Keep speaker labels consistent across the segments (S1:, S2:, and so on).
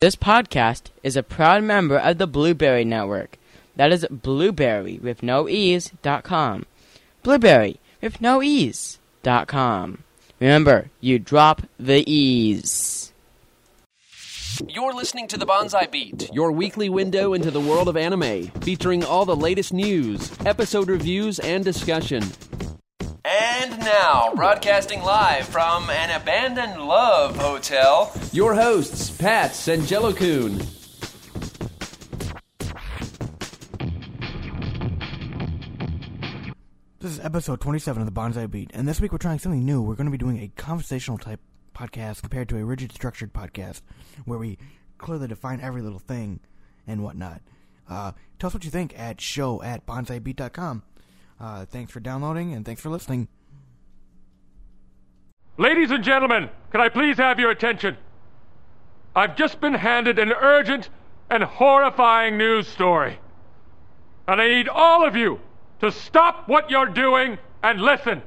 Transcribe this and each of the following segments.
S1: This podcast is a proud member of the Blueberry Network. That is blueberry with no ease dot com. Blueberry with no ease dot com. Remember, you drop the ease.
S2: You're listening to the Bonsai Beat, your weekly window into the world of anime, featuring all the latest news, episode reviews, and discussion. And now, broadcasting live from an abandoned love hotel, your hosts, Pat Sangelocoon.
S3: This is episode 27 of the Bonsai Beat, and this week we're trying something new. We're going to be doing a conversational type podcast compared to a rigid structured podcast where we clearly define every little thing and whatnot. Uh, tell us what you think at show at bonsaibeat.com. Uh, thanks for downloading and thanks for listening.
S4: Ladies and gentlemen, can I please have your attention? I've just been handed an urgent and horrifying news story. And I need all of you to stop what you're doing and listen.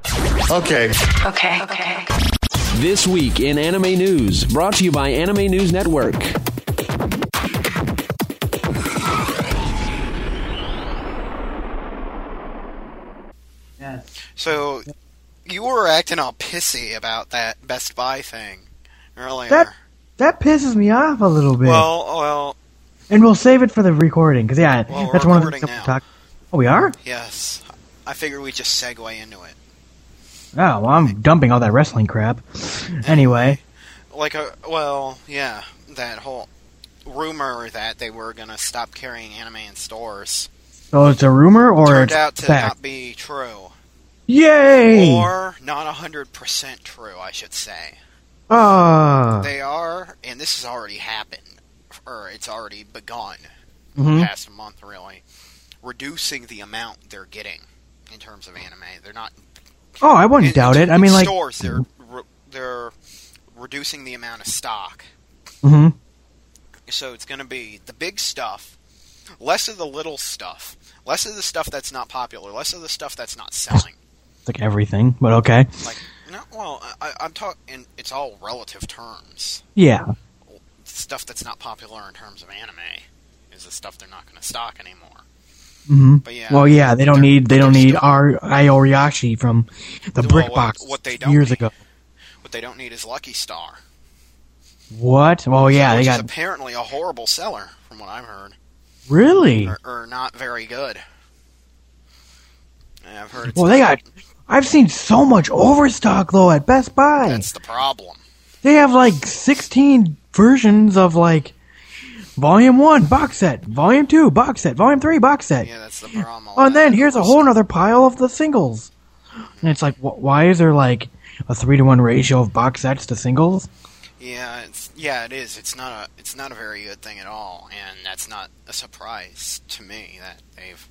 S5: Okay.
S6: Okay. Okay.
S2: This week in Anime News, brought to you by Anime News Network.
S5: So you were acting all pissy about that Best Buy thing earlier.
S7: That that pisses me off a little bit.
S5: well, well,
S7: and we'll save it for the recording because yeah,
S5: Well, we're
S7: that's one of the
S5: recording
S7: things we
S5: now.
S7: talk. Oh, we are.
S5: yes. I figure we just segue into it.
S7: Oh, well, I'm dumping all that wrestling crap. Anyway,
S5: Like a well, yeah, that whole rumor that they were gonna stop carrying anime in stores
S7: so it's a rumor or
S5: turned
S7: it's
S5: out to
S7: fact.
S5: not be true,
S7: Yay!
S5: or not hundred percent true, I should say.
S7: Ah,
S5: They are, and this has already happened, or it's already begun.
S7: mhm.
S5: past month, really, reducing the amount they're getting in terms of anime. They're not.
S7: Oh, I wouldn't
S5: in-
S7: doubt it. I
S5: in
S7: mean, like,
S5: stores, they're re- they're reducing the amount of stock,
S7: mhm.
S5: so it's going to be the big stuff, less of the little stuff, less of the stuff that's not popular, less of the stuff that's not selling.
S7: It's like everything, but okay.
S5: Like, no, well, I, I- I'm talking. It's all relative terms.
S7: Yeah.
S5: Stuff that's not popular in terms of anime is the stuff they're not going to stock anymore.
S7: hmm
S5: But yeah,
S7: Well, yeah, they don't
S5: they're-
S7: need they don't
S5: they're
S7: need
S5: still-
S7: our Ioriashi from the
S5: Well,
S7: brick
S5: what-
S7: box
S5: what they don't
S7: years
S5: need.
S7: ago.
S5: What they don't need is Lucky Star.
S7: What? Well, yeah, they
S5: which is
S7: got
S5: apparently a horrible seller, from what I've heard,
S7: really.
S5: or, or not very good. And I've heard. It's
S7: Well, they got. I've seen so much overstock though at Best Buy.
S5: That's the problem.
S7: They have like 16 versions of like Volume 1 box set, Volume 2 box set, Volume 3 box set.
S5: Yeah, that's the problem.
S7: Oh, and then here's a whole other pile of the singles. And it's like, wh- why is there like a 3 to 1 ratio of box sets to singles?
S5: Yeah, it's yeah, it is. It's not a it's not a very good thing at all, and that's not a surprise to me that they've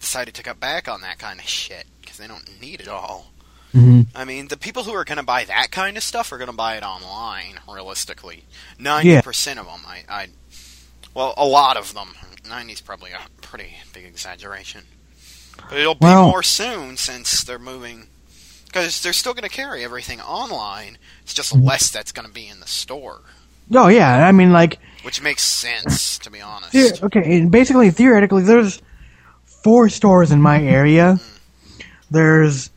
S5: decided to cut back on that kind of shit because they don't need it all.
S7: Mhm.
S5: I mean, the people who are going to buy that kind of stuff are going to buy it online. Realistically, ninety percent of them, I, I, well, a lot of them. Ninety's probably a pretty big exaggeration, but it'll be
S7: Well-
S5: more soon since they're moving because they're still going to carry everything online. It's just
S7: Mm-hmm.
S5: less that's going to be in the store,
S7: Oh, yeah. I mean, like,
S5: which makes sense to be honest.
S7: Theo- okay, and basically, theoretically, there's four stores in my area. There's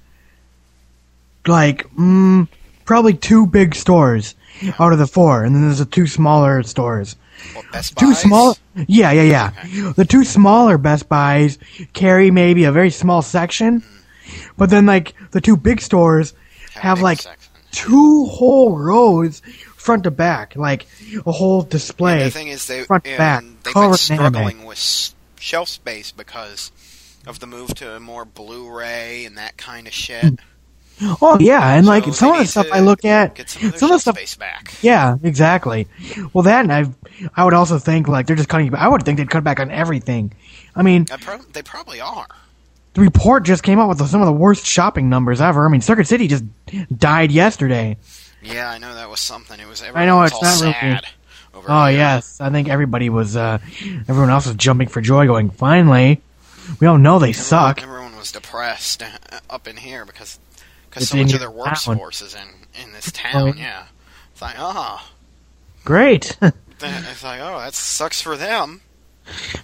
S7: like mm, probably two big stores out of the four, and then there's the two smaller stores.
S5: Well, Best
S7: Two
S5: Buys?
S7: small, yeah, yeah, yeah. The two smaller Best Buys carry maybe a very small section, but then like the two big stores
S5: Hmm. Have a
S7: have
S5: big
S7: like
S5: section.
S7: two whole rows front to back, like a whole display.
S5: The thing is, they
S7: front
S5: and
S7: back
S5: they've
S7: covered in
S5: been
S7: anime.
S5: struggling with s- shelf space because of the move to more Blu-ray and that kind of shit.
S7: Oh yeah, and like
S5: So
S7: some
S5: they
S7: of the
S5: need
S7: stuff
S5: to
S7: I look at,
S5: get
S7: some
S5: some,
S7: of
S5: of
S7: the
S5: their
S7: stuff.
S5: shelf space back.
S7: Yeah, exactly. Well, that and I, I would also think like they're just cutting. I would think they'd cut back on everything. I mean,
S5: I prob- they probably are.
S7: the report just came out with some of the worst shopping numbers ever. I mean, Circuit City just died yesterday.
S5: Yeah, I know that was something. It was.
S7: I know,
S5: everyone was
S7: it's
S5: all
S7: not really-
S5: sad Over
S7: Oh
S5: here.
S7: yes, I think everybody was. uh Everyone else was jumping for joy, going, "Finally!" We all know they
S5: Everyone-
S7: suck.
S5: Everyone was depressed uh, up in here because because
S7: It's
S5: so
S7: in
S5: much of
S7: your
S5: their
S7: town.
S5: workforce is in in this town. Yeah, it's like ah,
S7: Great.
S5: then it's like, oh, that sucks for them.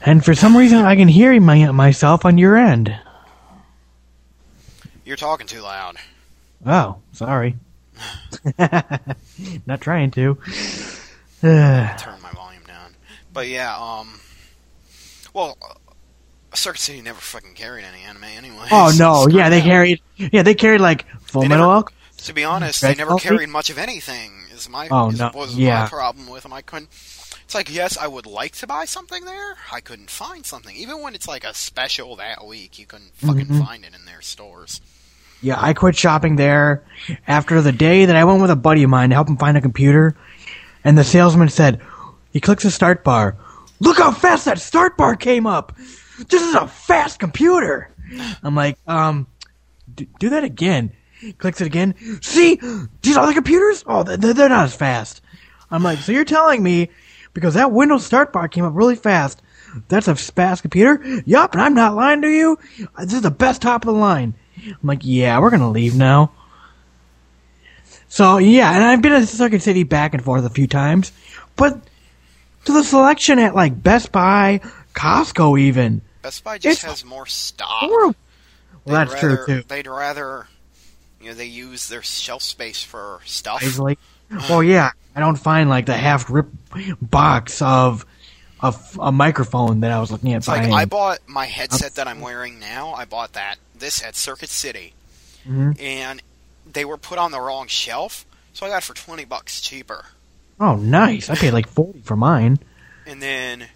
S7: And for some reason, I can hear my, myself on your end.
S5: You're talking too loud.
S7: Oh, sorry. Not trying to. Uh,
S5: Turn my volume down. But yeah, um, well, uh, Circuit City never fucking carried any anime anyway.
S7: oh
S5: so
S7: no,
S5: screw
S7: yeah, they
S5: them.
S7: carried. Yeah, they carried like Full
S5: They
S7: Metal
S5: never-
S7: Alchemist.
S5: To be honest,
S7: Red
S5: they never
S7: Velvet?
S5: carried much of anything. Is my
S7: Oh,
S5: is,
S7: no,
S5: was
S7: yeah.
S5: my problem with them? I couldn't. It's like yes, I would like to buy something there. I couldn't find something, even when it's like a special that week. You couldn't fucking
S7: Mm-hmm.
S5: find it in their stores.
S7: Yeah, I quit shopping there after the day that I went with a buddy of mine to help him find a computer, and the salesman said, he clicks the start bar. Look how fast that start bar came up! This is a fast computer! I'm like, um, d- do that again. Clicks it again. See? These other computers? Oh, th- th- they're not as fast. I'm like, so you're telling me because that Windows start bar came up really fast, that's a fast computer? Yup, and I'm not lying to you. This is the best top of the line. I'm like, yeah, we're gonna leave now. So yeah, and I've been to Circuit City back and forth a few times, but to the selection at like Best Buy, Costco, even
S5: Best Buy just
S7: It's-
S5: has more stock.
S7: or
S5: Oh. They'd
S7: well, that's
S5: rather,
S7: true too.
S5: They'd rather, you know, they use their shelf space for stuff.
S7: Easily. Well, oh, yeah, I don't find like the half rip box of a, f- a microphone that I was looking at
S5: It's like
S7: buying.
S5: I bought my headset that I'm wearing now. I bought that this at Circuit City,
S7: Mm-hmm.
S5: and they were put on the wrong shelf, so I got it for twenty bucks cheaper.
S7: oh, nice! I paid like forty for mine.
S5: And then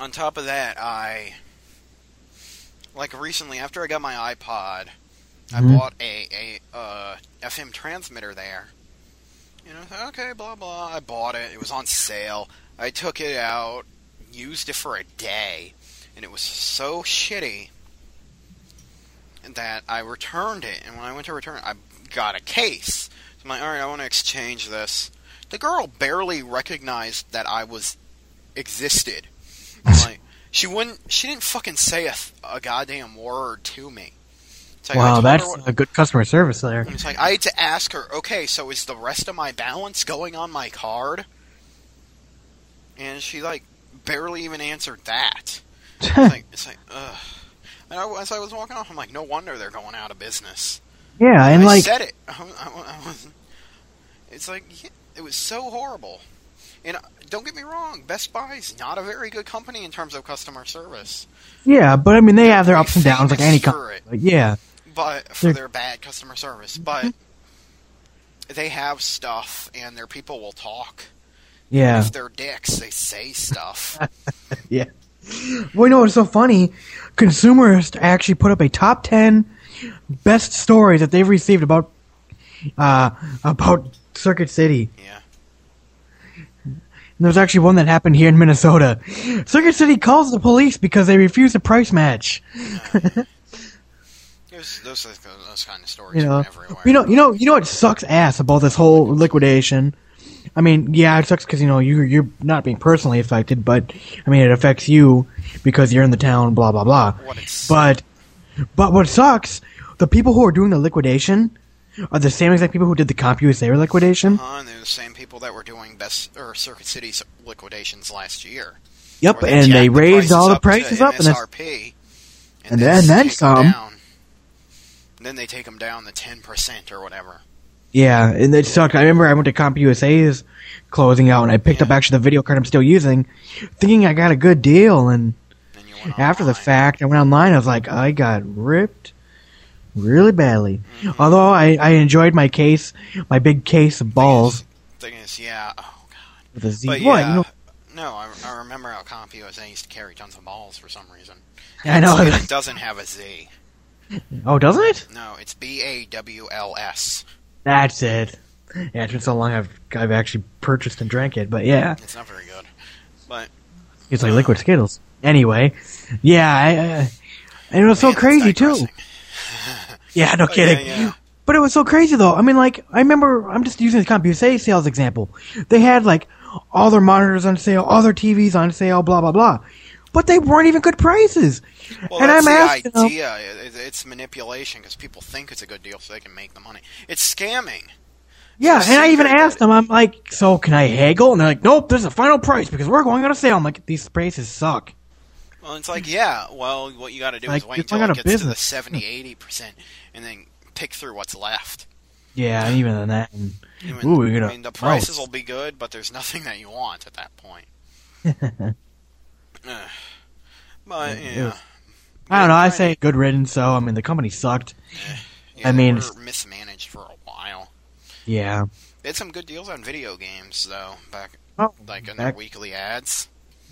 S5: on top of that, I like recently after I got my iPod, I bought a a uh, FM transmitter there. You know, I thought, okay, blah blah. I bought it. It was on sale. I took it out, used it for a day, and it was so shitty that I returned it. And when I went to return it, I got a case. So I'm like, all right, I want to exchange this. The girl barely recognized that I was existed. I'm like she wouldn't, she didn't fucking say a, th- a goddamn word to me. It's like, I
S7: Wow,
S5: told her
S7: that's
S5: what-
S7: a good customer service there.
S5: and it's like I had to ask her, okay, so is the rest of my balance going on my card? And she like barely even answered that. It's
S7: Hmm.
S5: like it's like, ugh. And I, as I was walking off, I'm like, no wonder they're going out of business.
S7: Yeah, and
S5: I
S7: like
S5: said it. I, wa- I wa- I wasn't- it's like yeah, it was so horrible. And uh, don't get me wrong, Best Buy's not a very good company in terms of customer service,
S7: Yeah, but I mean, they have their
S5: pretty
S7: ups and downs, like any
S5: famous for
S7: company.
S5: it.
S7: Like, yeah,
S5: but for
S7: They're- Mm-hmm.
S5: their bad customer service, but they have stuff and their people will talk.
S7: yeah,
S5: if they're dicks, they say stuff.
S7: yeah. Well, you know what's so funny? Consumers actually put up a top ten best stories that they've received about uh, about Circuit City.
S5: yeah.
S7: And there was actually one that happened here in Minnesota. Circuit City calls the police because they refused a price match.
S5: There's, those those kind of stories
S7: You know,
S5: are everywhere.
S7: you know, you know, you know what sucks ass about this whole liquidation. I mean, yeah, it sucks because you know you you're not being personally affected, but I mean it affects you because you're in the town. Blah blah blah.
S5: what it's
S7: But but what sucks, the people who are doing the liquidation are the same exact people who did the CompUSA liquidation.
S5: on. Uh, They're the same people that were doing best or Circuit City's liquidations last year.
S7: Yep,
S5: where
S7: and
S5: jacked
S7: they
S5: the
S7: raised all the prices
S5: prices to
S7: up, and that's,
S5: MSRP,
S7: and then- then
S5: take 'em
S7: some.
S5: down. And then they take them down the ten percent or whatever.
S7: yeah, and it sucked. I remember I went to CompUSA's closing out, and I picked up actually the video card I'm still using, thinking I got a good deal, and
S5: And you went
S7: after the
S5: online.
S7: fact, I went online. I was like, I got ripped really badly. Although I, I enjoyed my case, my big case of balls
S5: Thing is, yeah. Oh god.
S7: with a Z.
S5: But
S7: Well,
S5: yeah.
S7: you know,
S5: no, I, I remember how CompUSA used to carry tons of balls for some reason.
S7: I know.
S5: It doesn't have a Z.
S7: oh, doesn't it?
S5: No, it's B A W L S.
S7: That's it. Yeah, it's been so long I've I've actually purchased and drank it, but yeah,
S5: It's not very good. But
S7: it's like liquid Skittles. Anyway, yeah, I, uh, and it was so
S5: Man, that's
S7: crazy too.
S5: digressing.
S7: Yeah, no
S5: But
S7: kidding.
S5: yeah, yeah.
S7: But it was so crazy though. I mean, like I remember I'm just using the CompUSA sales example. They had like all their monitors on sale, all their TVs on sale, blah blah blah. But they weren't even good prices.
S5: Well,
S7: and
S5: that's
S7: I'm asking
S5: the
S7: them-
S5: idea. It- it- It's manipulation because people think it's a good deal so they can make the money. It's scamming.
S7: Yeah, and I even asked them. I'm like, so can I haggle? And they're like, nope. There's a final price because we're going on a sale. I'm like, these prices suck.
S5: Well, it's like, yeah, well, what you got to do
S7: Like,
S5: is wait
S7: you're
S5: until
S7: going
S5: it
S7: out
S5: gets
S7: of
S5: to the
S7: business.
S5: 70, 80%, and then pick through what's left.
S7: Yeah, and even than that. And,
S5: I mean,
S7: ooh, we're gonna.
S5: I mean, the prices
S7: oh,
S5: will be good, but there's nothing that you want at that point. Ugh. but, yeah.
S7: I don't know. I say good riddance. So I mean, the company sucked.
S5: yeah,
S7: I
S5: they
S7: mean,
S5: were
S7: it's-
S5: mismanaged for a while.
S7: Yeah.
S5: They had some good deals on video games, though, back
S7: Oh,
S5: like in their
S7: back-
S5: weekly ads.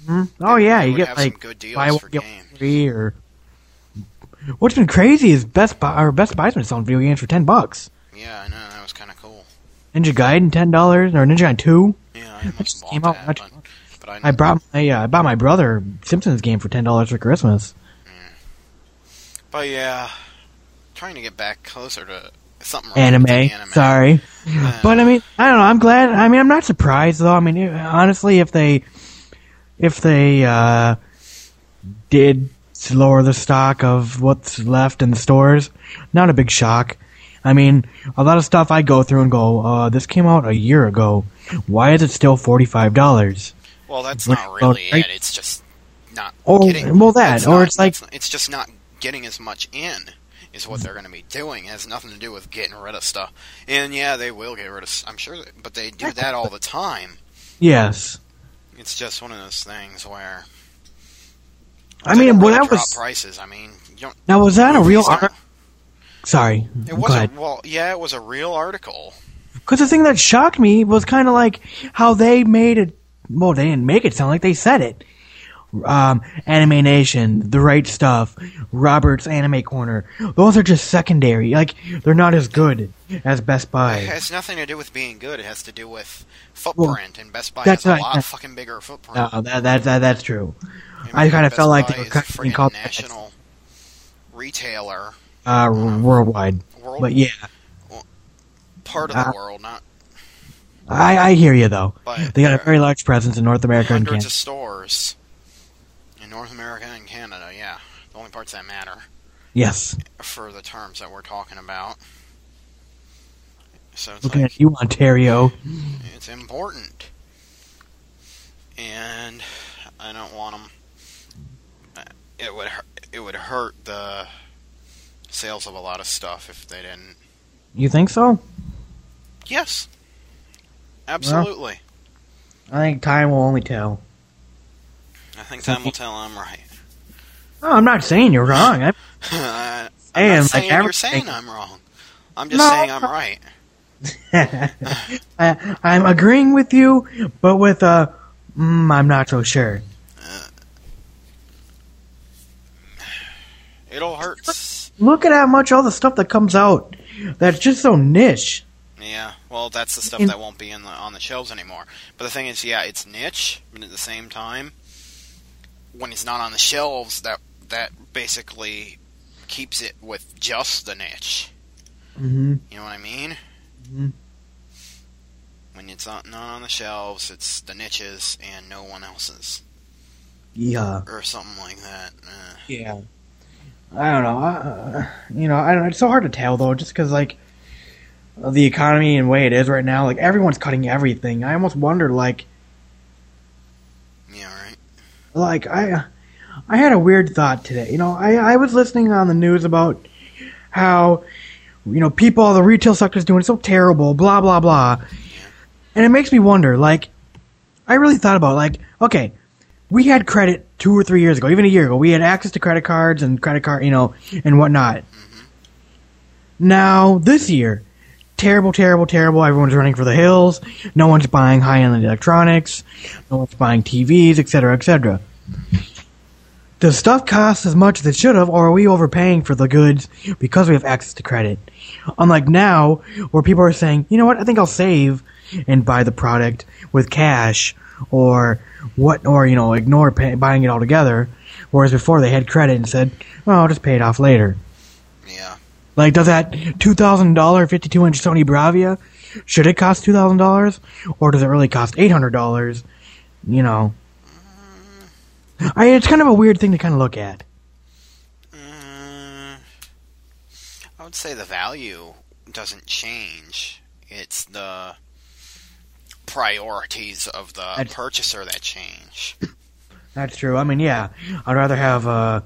S7: mhm. oh yeah,
S5: they
S7: you
S5: would
S7: get
S5: have some
S7: like
S5: good deals
S7: buy one
S5: for
S7: get one
S5: games.
S7: free or. What's been crazy is Best Buy or Best Buy's been selling video games for ten bucks.
S5: Yeah, I know that was kind of cool.
S7: Ninja Gaiden ten dollars or Ninja Gaiden two.
S5: Yeah, I must
S7: just
S5: have
S7: came
S5: bought
S7: out
S5: that,
S7: much-
S5: but, but I,
S7: I brought my uh, I bought my brother Simpsons game for ten dollars for Christmas.
S5: But yeah, trying to get back closer to something. related
S7: Anime,
S5: to
S7: sorry,
S5: Uh,
S7: but I mean I don't know. I'm glad. I mean I'm not surprised though. I mean it- honestly, if they if they uh, did lower the stock of what's left in the stores, not a big shock. I mean a lot of stuff I go through and go, uh, this came out a year ago. Why is it still forty five dollars?
S5: Well, that's
S7: Which-
S5: not really
S7: right?
S5: it. It's just not.
S7: Or-
S5: getting,
S7: well, that,
S5: that's
S7: or
S5: not-
S7: it's like-
S5: that's- it's just not getting as much in. Is what they're going to be doing. It has nothing to do with getting rid of stuff. And yeah, they will get rid of. s- I'm sure, that, but they do that all the time.
S7: Yes,
S5: It's just one of those things where.
S7: I
S5: they
S7: mean
S5: don't
S7: well
S5: really
S7: that
S5: drop
S7: was
S5: prices. I mean, you don't,
S7: now was that a real
S5: movies don't-
S7: art? Sorry,
S5: It
S7: go
S5: was a,
S7: ahead.
S5: well, yeah, it was a real article.
S7: Because the thing that shocked me was kind of like how they made it. Well, they didn't make it sound like they said it. Um, Anime Nation, The Right Stuff, Robert's Anime Corner. Those are just secondary. Like they're not as good as Best
S5: It
S7: Buy.
S5: has nothing to do with being good. It has to do with footprint, and Best Buy
S7: that's
S5: has a
S7: right,
S5: lot
S7: yeah.
S5: fucking bigger footprint.
S7: No, Uh, that, that, that that's true.
S5: mean,
S7: I kind of
S5: Best
S7: felt like
S5: Buy
S7: they were
S5: is a
S7: kind of being
S5: friggin'
S7: called
S5: national retailer,
S7: uh, worldwide.
S5: World-
S7: But yeah,
S5: part of the
S7: Uh,
S5: world, not
S7: I, I hear you though.
S5: But
S7: They got
S5: there-
S7: a very large presence in North America and
S5: hundreds
S7: Canada.
S5: of stores in North America and Canada. Yeah, the only parts that matter
S7: Yes.
S5: for the terms that we're talking about. So it's
S7: Looking
S5: like,
S7: at you, Ontario.
S5: It's important. And I don't want them. It would hurt, it would hurt the sales of a lot of stuff if they didn't.
S7: You think so?
S5: Yes. Absolutely.
S7: I think time will only tell.
S5: I think time will tell I'm right.
S7: No, I'm not saying you're wrong. I,
S5: I'm
S7: Saying,
S5: not
S7: like,
S5: saying you're
S7: everything.
S5: saying I'm wrong. I'm just
S7: No.
S5: saying I'm right.
S7: I, I'm agreeing with you, but with a, mm, I'm not so sure.
S5: It all hurts.
S7: Look at how much all the stuff that comes out that's just so niche.
S5: Yeah, well, that's the stuff
S7: And-
S5: that won't be in the, on the shelves anymore. But the thing is, yeah, it's niche, but at the same time, when it's not on the shelves, that that basically keeps it with just the niche.
S7: Mm-hmm.
S5: You know what I mean?
S7: Mhm.
S5: When it's not, not on the shelves, it's the niches and no one else's,
S7: Yeah.
S5: or something like that. Uh,
S7: Yeah. I don't know. Uh, you know, I don't. It's so hard to tell though, just because like of the economy and the way it is right now, like everyone's cutting everything. I almost wonder, like,
S5: yeah, right.
S7: like I I had a weird thought today. You know, I I was listening on the news about how you know people the retail sector's doing so terrible, blah blah blah. And it makes me wonder like I really thought about like okay, we had credit 2 or 3 years ago, even a year ago. We had access to credit cards and credit card, you know, and whatnot. Now, this year, terrible, terrible, terrible. Everyone's running for the hills. No one's buying high-end electronics. No one's buying TVs, etc., etc. Does stuff cost as much as it should have, or are we overpaying for the goods because we have access to credit? Unlike now, where people are saying, you know what, I think I'll save and buy the product with cash, or what, or you know, ignore pay- buying it altogether. Whereas before they had credit and said, well, I'll just pay it off later.
S5: Yeah,
S7: Like, does that two thousand dollar fifty two inch Sony Bravia should it cost two thousand dollars, or does it really cost eight hundred dollars? You know, I, it's kind of a weird thing to kind of look at.
S5: Mm, I would say the value doesn't change. It's the priorities of the
S7: That's-
S5: purchaser that change.
S7: That's true. I mean, yeah, I'd rather have uh,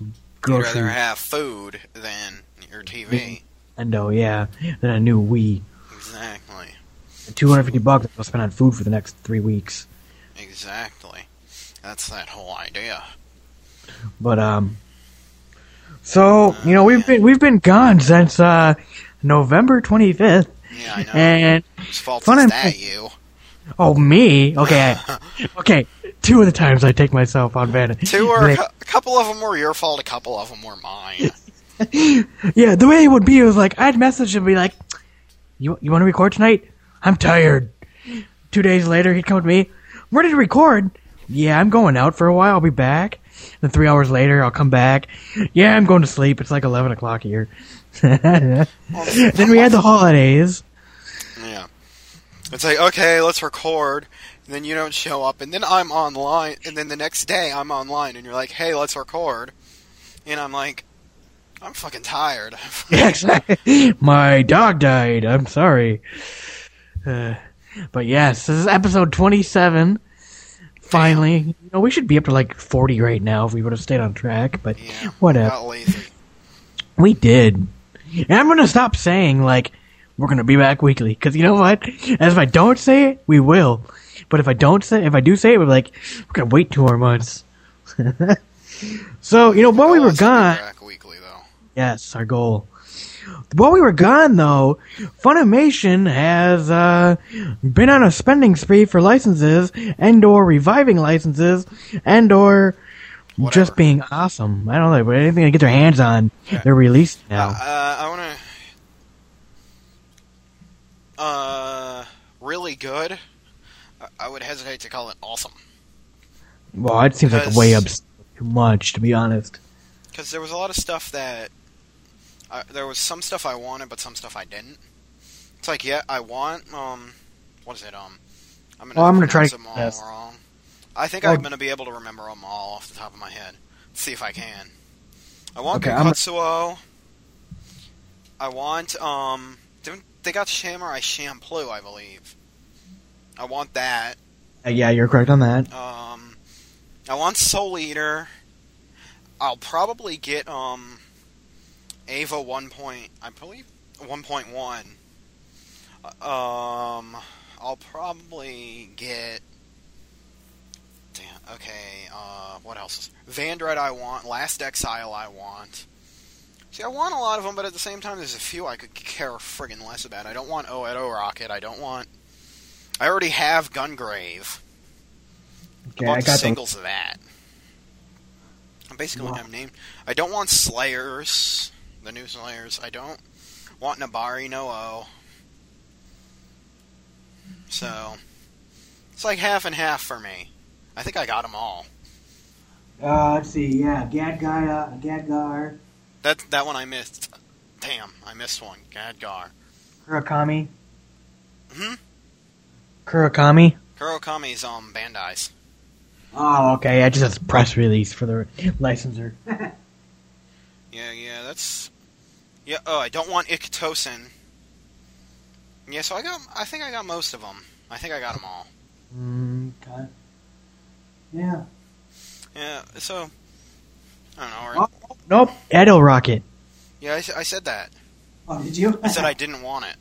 S5: You'd
S7: grocery
S5: rather have food than your TV.
S7: Nintendo, yeah, than a new Wii.
S5: Exactly.
S7: Two hundred fifty bucks I'll spend on food for the next three weeks.
S5: Exactly. That's that whole idea.
S7: But um, so you know we've been we've been gone since uh November twenty fifth,
S5: Yeah, I know.
S7: and
S5: Whose fault
S7: fun
S5: is
S7: and-
S5: that, you?
S7: oh me, okay, I- okay, two of the times I take myself on vantage.
S5: Two or a cou- a couple of them were your fault, a couple of them were mine.
S7: yeah, the way it would be was like I'd message him and be like, "You you want to record tonight? I'm tired." Two days later, he'd come to me, "We're ready to record." Yeah, I'm going out for a while. I'll be back. Then three hours later, I'll come back. Yeah, I'm going to sleep. It's like eleven o'clock here. then we had the holidays.
S5: Yeah. It's like, okay, let's record. And then you don't show up. And then I'm online. And then the next day I'm online. And you're like, hey, let's record. And I'm like, I'm fucking tired.
S7: Exactly. My dog died. I'm sorry. Uh, but yes, this is episode 27. Finally, you know, we should be up to like 40 right now if we would have stayed on track, but
S5: yeah.
S7: whatever.
S5: Got lazy.
S7: We did. And I'm going to stop saying, like, we're going to be back weekly, because you know what? As if I don't say it, we will. But if I don't say if I do say it, we're like, we're going to wait two more months. so, you know, while we
S5: I'll
S7: were
S5: also be
S7: gone,
S5: back weekly, though.
S7: Yes, our goal. While we were gone, though, Funimation has uh, been on a spending spree for licenses and/or reviving licenses and/or
S5: Whatever.
S7: just being awesome. I don't know, but anything they get their hands on, they're released now.
S5: Uh, I want to. Uh, really good. I- I would hesitate to call it awesome.
S7: well, it seems like
S5: because-
S7: way up too much, to be honest.
S5: Because there was a lot of stuff that. I there was some stuff I wanted, but some stuff I didn't. It's like, yeah, I want. Um, what is it? Um, I'm gonna,
S7: Oh, I'm gonna try
S5: pronounce
S7: to
S5: them all
S7: guess.
S5: wrong. um, I think
S7: Oh.
S5: I'm gonna be able to remember them all off the top of my head. Let's see if I can. I want
S7: Okay,
S5: okay,
S7: I'm gonna-
S5: I want um. didn't- They got Samurai Champloo, I believe. I want that.
S7: Uh, yeah, you're correct on that.
S5: Um, I want Soul Eater. I'll probably get um, Ava one point. I believe one point one. Um, I'll probably get. Damn. Okay. Uh, what else? Is... Vandred I want. Last Exile I want. See, I want a lot of them, but at the same time, there's a few I could care friggin' less about. I don't want O Rocket. I don't want. I already have Gungrave.
S7: Okay,
S5: I
S7: I
S5: want
S7: got the
S5: singles of that. I'm basically
S7: Wow.
S5: I'm named. I don't want Slayers, the new Slayers. I don't want Nabari no O. So it's like half and half for me. I think I got them all.
S7: Uh, let's see. Yeah, Gadgar, Gadgar,
S5: That that one I missed. Damn, I missed one. Gadgar.
S7: Kurakami.
S5: Hmm.
S7: Kurakami.
S5: Kurokami's um Bandai's.
S7: Oh, okay. I just has a press release for the licensor.
S5: Yeah, yeah, that's. Yeah. Oh, I don't want Ikitosin. Yeah, so I got. I think I got most of them. I think I got them all.
S7: Mm, okay. Yeah.
S5: Yeah, so I don't know. Or,
S7: Oh. Nope. Edo Rocket.
S5: yeah, I, s- I said that.
S7: Oh, did you?
S5: I said I didn't want it.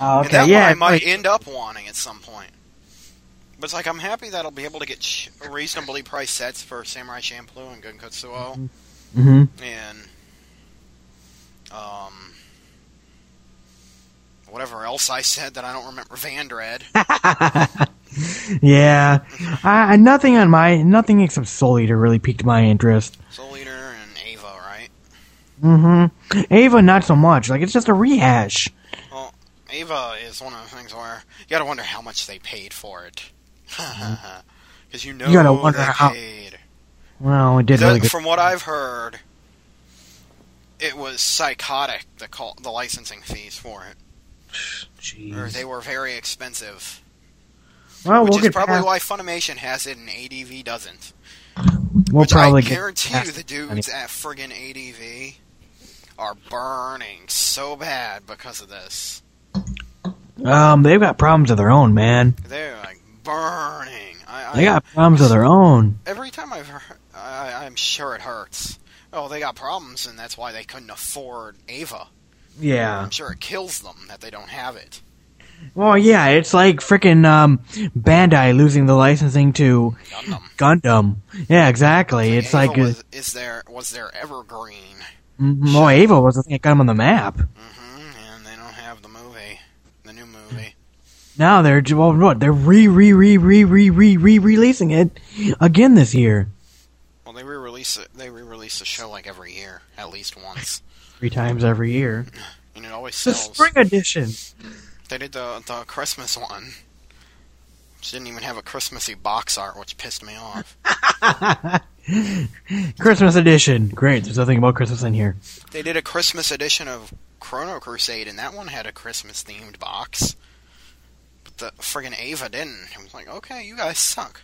S7: oh,
S5: and that
S7: okay. Yeah.
S5: one I might
S7: wait.
S5: end up wanting at some point. But it's like I'm happy that I'll be able to get sh- reasonably priced sets for Samurai Champloo and Gunkotsuo
S7: Mhm.
S5: and um whatever else I said that I don't remember. Vandred.
S7: Yeah. I, I- nothing on my nothing except Soul Eater really piqued my interest.
S5: Soul Eater and Ava, right?
S7: Mm-hmm. Ava, not so much. Like it's just a rehash.
S5: Ava is one of the things where you gotta wonder how much they paid for it. Because you know
S7: Mm-hmm. gotta wonder
S5: they
S7: how-
S5: paid.
S7: Well, it did
S5: The-
S7: really good.
S5: From what I've heard, it was psychotic the call, the licensing fees for it, or
S7: Jeez.
S5: they were very expensive,
S7: Well,
S5: which
S7: we'll
S5: is
S7: get
S5: probably
S7: past,
S5: why Funimation has it and ADV doesn't.
S7: we'll
S5: which
S7: probably
S5: I
S7: get
S5: guarantee you,
S7: past
S5: the
S7: money.
S5: dudes at friggin' ADV are burning so bad because of this.
S7: Um, they've got problems of their own, man.
S5: They're like burning. I, I,
S7: They got problems of their own.
S5: Every time I've heard, I, I'm sure it hurts. Oh, they got problems, and that's why they couldn't afford Ava.
S7: Yeah.
S5: I'm sure it kills them that they don't have it.
S7: Well, yeah, it's like freaking um, Bandai losing the licensing to
S5: Gundam.
S7: Gundam. Yeah, exactly. It's
S5: Ava
S7: like, uh,
S5: was, is there was there evergreen?
S7: mm, well, Ava was the thing that got them on the map.
S5: hmm And they don't have the movie, the new movie.
S7: Now they're ju- well, what they're re re re re re re re releasing it again this year,
S5: Well, they re-release it. They re-release the show like every year, at least once,
S7: three times every year.
S5: and it always
S7: The
S5: sells.
S7: spring edition.
S5: They did the the Christmas one. Which didn't even have a Christmassy box art, which pissed me off.
S7: Christmas edition. Great. There's nothing about Christmas in here.
S5: They did a Christmas edition of Chrono Crusade, and that one had a Christmas themed box. But the friggin' Ava didn't. I was like, okay, you guys suck.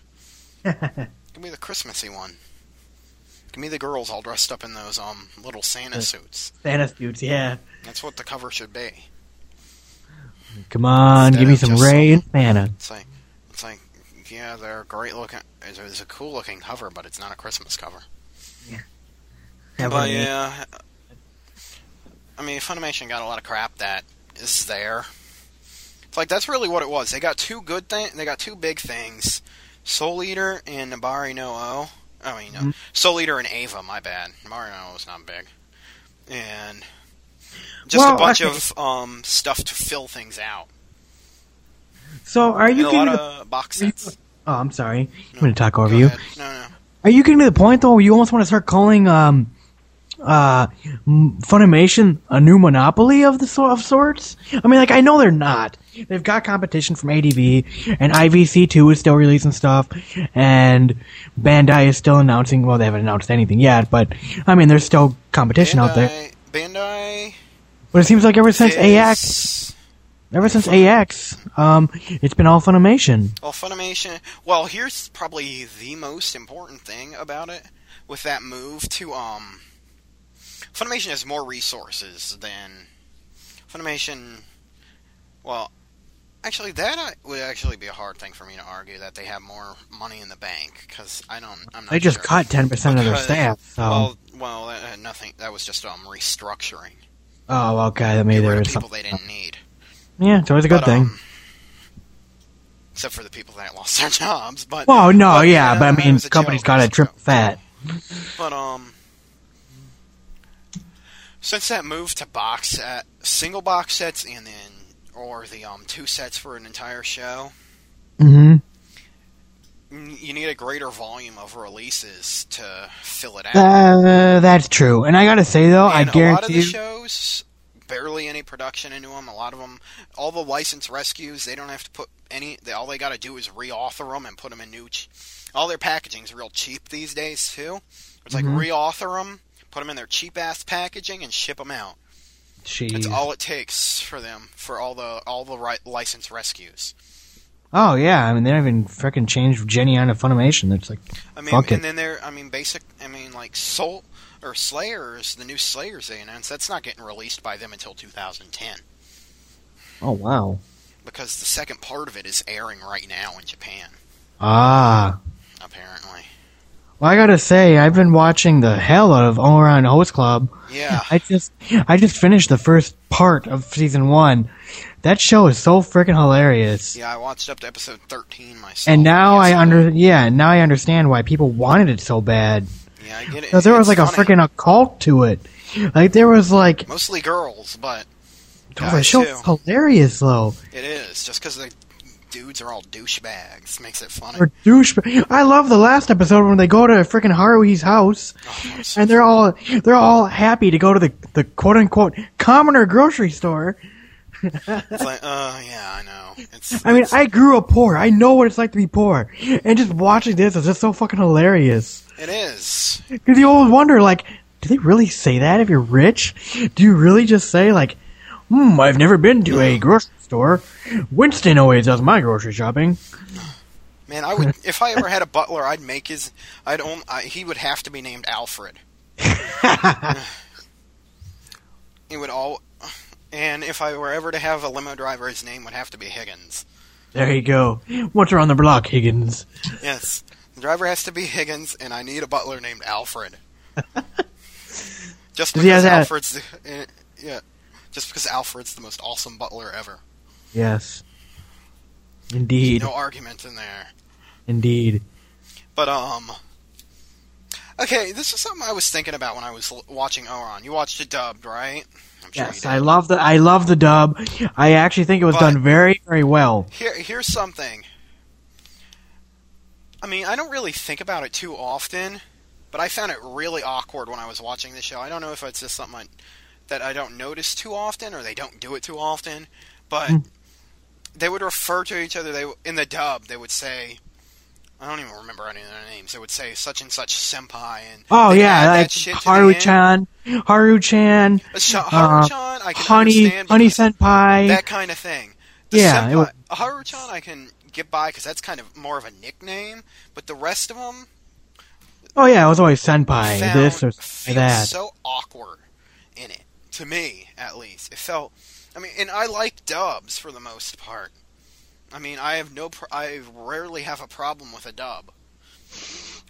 S5: Give me the Christmassy one. Give me the girls all dressed up in those um little Santa suits.
S7: Santa suits. Yeah.
S5: That's what the cover should be.
S7: Come on, give me
S5: Instead of
S7: some
S5: just-
S7: Ray and Santa.
S5: It's like, it's like, yeah, they're great looking. It's, it's a cool looking cover, but it's not a Christmas cover.
S7: Have
S5: But
S7: a-
S5: yeah, I mean, Funimation got a lot of crap that is there. It's like that's really what it was. They got two good things. They got two big things: Soul Eater and Nabari no O. I mean,
S7: Mm-hmm.
S5: no. Soul Eater and Ava. My bad. Nabari no O is not big, and just
S7: Well,
S5: a bunch
S7: I-
S5: of um, stuff to fill things out.
S7: So are
S5: And
S7: you
S5: a
S7: getting?
S5: lot
S7: to the-
S5: of box sets.
S7: Oh, I'm sorry. I'm going to talk over
S5: Go
S7: you.
S5: ahead. No, no.
S7: Are you getting to the point though where you almost want to start calling um uh M- Funimation a new monopoly of the so- of sorts? I mean, like I know they're not. They've got competition from ADV and IVC two is still releasing stuff, and Bandai is still announcing. Well, they haven't announced anything yet, but I mean, there's still competition out there.
S5: Bandai. Bandai.
S7: But it seems like ever since AX,
S5: is-
S7: ever since AX, um, it's been all Funimation.
S5: Well, Funimation. Well, here's probably the most important thing about it with that move to um. Funimation has more resources than Funimation. Well, actually, that I, would actually be a hard thing for me to argue that they have more money in the bank because I don't. I'm not
S7: They just
S5: sure.
S7: cut ten percent of their
S5: Because-
S7: staff. So.
S5: Well, well, that had nothing. That was just um restructuring.
S7: oh, okay, that maybe
S5: There
S7: there
S5: were
S7: is
S5: people
S7: something.
S5: they didn't need.
S7: Yeah, it's always a good
S5: But,
S7: thing.
S5: um, except for the people that lost their jobs, but
S7: Well, no,
S5: but,
S7: yeah,
S5: you
S7: but I
S5: know, it
S7: mean,
S5: was a
S7: companies
S5: joke,
S7: got
S5: it was
S7: to
S5: a
S7: trip
S5: joke.
S7: fat.
S5: But um, since that move to box set, single box sets, and then or the um two sets for an entire show,
S7: hmm
S5: n- you need a greater volume of releases to fill it out.
S7: Uh, that's true. And I gotta say though, Oh, I
S5: and a lot of
S7: guarantee
S5: the
S7: you,
S5: shows barely any production into them. A lot of them, all the license rescues, they don't have to put any. They, all they got to do is reauthor them and put them in new. Ch- all their packaging's real cheap these days too.
S7: Mm-hmm.
S5: It's like reauthor them, put them in their cheap ass packaging, and ship them out. That's
S7: Jeez.
S5: all it takes for them for all the all the ri- license rescues.
S7: oh yeah, I mean they don't even freaking change Jenny on to Funimation. It's like,
S5: I mean,
S7: Fuck it.
S5: and then they're I mean basic. I mean like Soul or Slayers, the new Slayers they announced. That's not getting released by them until 2010.
S7: oh wow,
S5: because the second part of it is airing right now in Japan,
S7: ah.
S5: apparently.
S7: Well, I gotta say, I've been watching the hell out of Oran Host Club.
S5: Yeah.
S7: I just, I just finished the first part of season one. That show is so freaking hilarious.
S5: Yeah, I watched up to episode 13 myself.
S7: And now I
S5: Yes.
S7: under, yeah, now I understand why people wanted it so bad.
S5: Yeah, I get it.
S7: Because there was
S5: It's
S7: like a
S5: funny.
S7: freaking occult to it. Like there was like
S5: Mostly girls, but
S7: oh, the
S5: guys,
S7: show's
S5: too.
S7: hilarious though.
S5: It is. Just because the dudes are all douchebags makes it funny.
S7: Or douche. I love the last episode when they go to freaking Haruhi's house
S5: Oh, it's-
S7: and they're all they're all happy to go to the the quote unquote commoner grocery store.
S5: it's like, uh, yeah, I know. It's,
S7: I mean, I grew up poor. I know what it's like to be poor. And just watching this is just so fucking hilarious.
S5: it is.
S7: Because you always wonder, like, do they really say that if you're rich? Do you really just say, like, hmm, I've never been to a grocery store. Winston always does my grocery shopping.
S5: Man, I would if I ever had a butler, I'd make his. I'd own. I, he would have to be named Alfred. he would all. and if I were ever to have a limo driver, his name would have to be Higgins.
S7: There you go. What's around the block, Higgins?
S5: Yes, the driver has to be Higgins, and I need a butler named Alfred. just
S7: Does he have
S5: because
S7: that-
S5: Alfred's, the, eh, yeah, just because Alfred's the most awesome butler ever.
S7: Yes. Indeed.
S5: No argument in there.
S7: Indeed.
S5: But um, okay, this is something I was thinking about when I was l- watching Oron. You watched it dubbed, right? I'm sure you
S7: Yes,
S5: did.
S7: I love the I love the dub. I actually think it was
S5: But-
S7: done very very well.
S5: Here, here's something. I mean, I don't really think about it too often, but I found it really awkward when I was watching the show. I don't know if it's just something I, that I don't notice too often, or they don't do it too often.
S7: Hmm.
S5: But they would refer to each other. They w- in the dub, they would say, I don't even remember any of their names. They would say such and such senpai, and
S7: Oh
S5: they'd add
S7: yeah,
S5: that
S7: like
S5: shit to the
S7: Haru
S5: end.
S7: Chan, Haru Chan,
S5: Uh, Sh- Haru-chan, I can
S7: Honey
S5: understand
S7: Honey
S5: because-
S7: Senpai.
S5: that kind of thing. The
S7: Yeah, it
S5: senpai,
S7: would-
S5: Haru-chan I can get by because that's kind of more of a nickname, but the rest of them
S7: oh yeah, it was always Senpai.
S5: found,
S7: this or
S5: feel
S7: that.
S5: so awkward in it. To me, at least, it felt. I mean, and I like dubs for the most part. I mean, I have no. Pr- I rarely have a problem with a dub,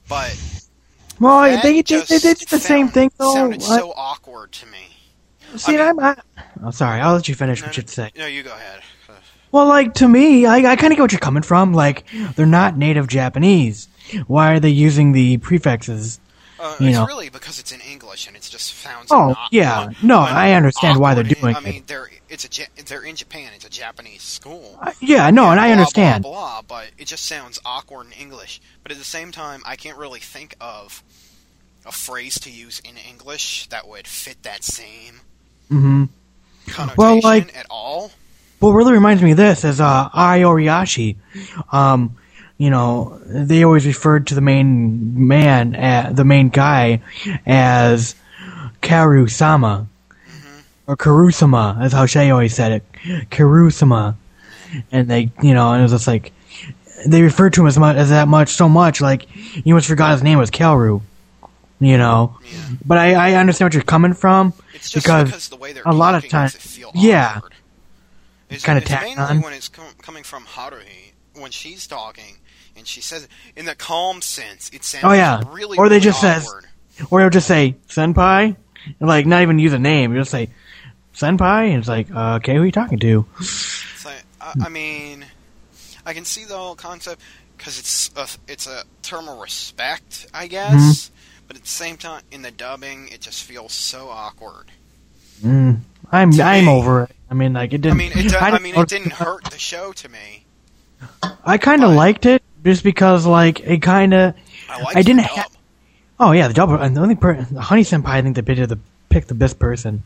S5: but
S7: well, I
S5: that
S7: think they,
S5: just
S7: they, they did the same
S5: found-
S7: thing though.
S5: Sounded
S7: I-
S5: so awkward to me.
S7: See,
S5: I
S7: I am I, oh, sorry. I'll let you finish what you'd say.
S5: No, you go ahead.
S7: Well, like to me, I, I kind of get what you're coming from. Like they're not native Japanese. Why are they using the prefixes?
S5: Uh,
S7: You
S5: it's
S7: know.
S5: really because it's in English and it's just found.
S7: Oh,
S5: not-
S7: yeah.
S5: not-
S7: No,
S5: not
S7: I understand why they're
S5: awkward.
S7: doing
S5: I
S7: it.
S5: mean, they're it's a Ja- they're in Japan. It's a Japanese school.
S7: I- yeah, no, and I
S5: Blah,
S7: understand.
S5: Blah, blah blah, but it just sounds awkward in English. But at the same time, I can't really think of a phrase to use in English that would fit that same
S7: hmm
S5: connotation
S7: Well, like-
S5: at all.
S7: What really reminds me of this is uh, Ayoriyashi. Um, you know, they always referred to the main man, uh, the main guy, as Karu-sama. Or Karusama, that's how Shay always said it. Karusama. And they, you know, and it was just like, they referred to him as much as that much, so much, like, you almost forgot his name was Kalru. You know? But I, I understand what you're coming from.
S5: It's just because,
S7: because
S5: the way they're
S7: a lot of
S5: talking makes
S7: time-
S5: it feel
S7: yeah.
S5: awkward. It's,
S7: Kinda
S5: it's
S7: tacked
S5: mainly
S7: on.
S5: when it's com- coming from Haruhi when she's talking and she says in the calm sense. It sounds
S7: Oh, yeah.
S5: really
S7: Or they
S5: really
S7: just says-
S5: awkward.
S7: Or he'll just say, Senpai? And like, not even use a name. He'll just say, Senpai? And it's like, uh, okay, who are you talking to?
S5: It's like, I, I mean, I can see the whole concept because it's a it's a term of respect, I guess.
S7: Mm-hmm.
S5: But at the same time, in the dubbing, it just feels so awkward.
S7: Mm, I'm,
S5: To
S7: I'm
S5: me.
S7: over it. I mean, like, it
S5: I
S7: didn't.
S5: mean, it do, I
S7: didn't
S5: mean, it
S7: notice-
S5: didn't hurt the show to me.
S7: I kind of
S5: but-
S7: liked it just because, like, it kind of.
S5: I liked
S7: I didn't
S5: the dub.
S7: ha- Oh yeah, the double. And the only per- Honey Senpai, I think they picked the picked the best person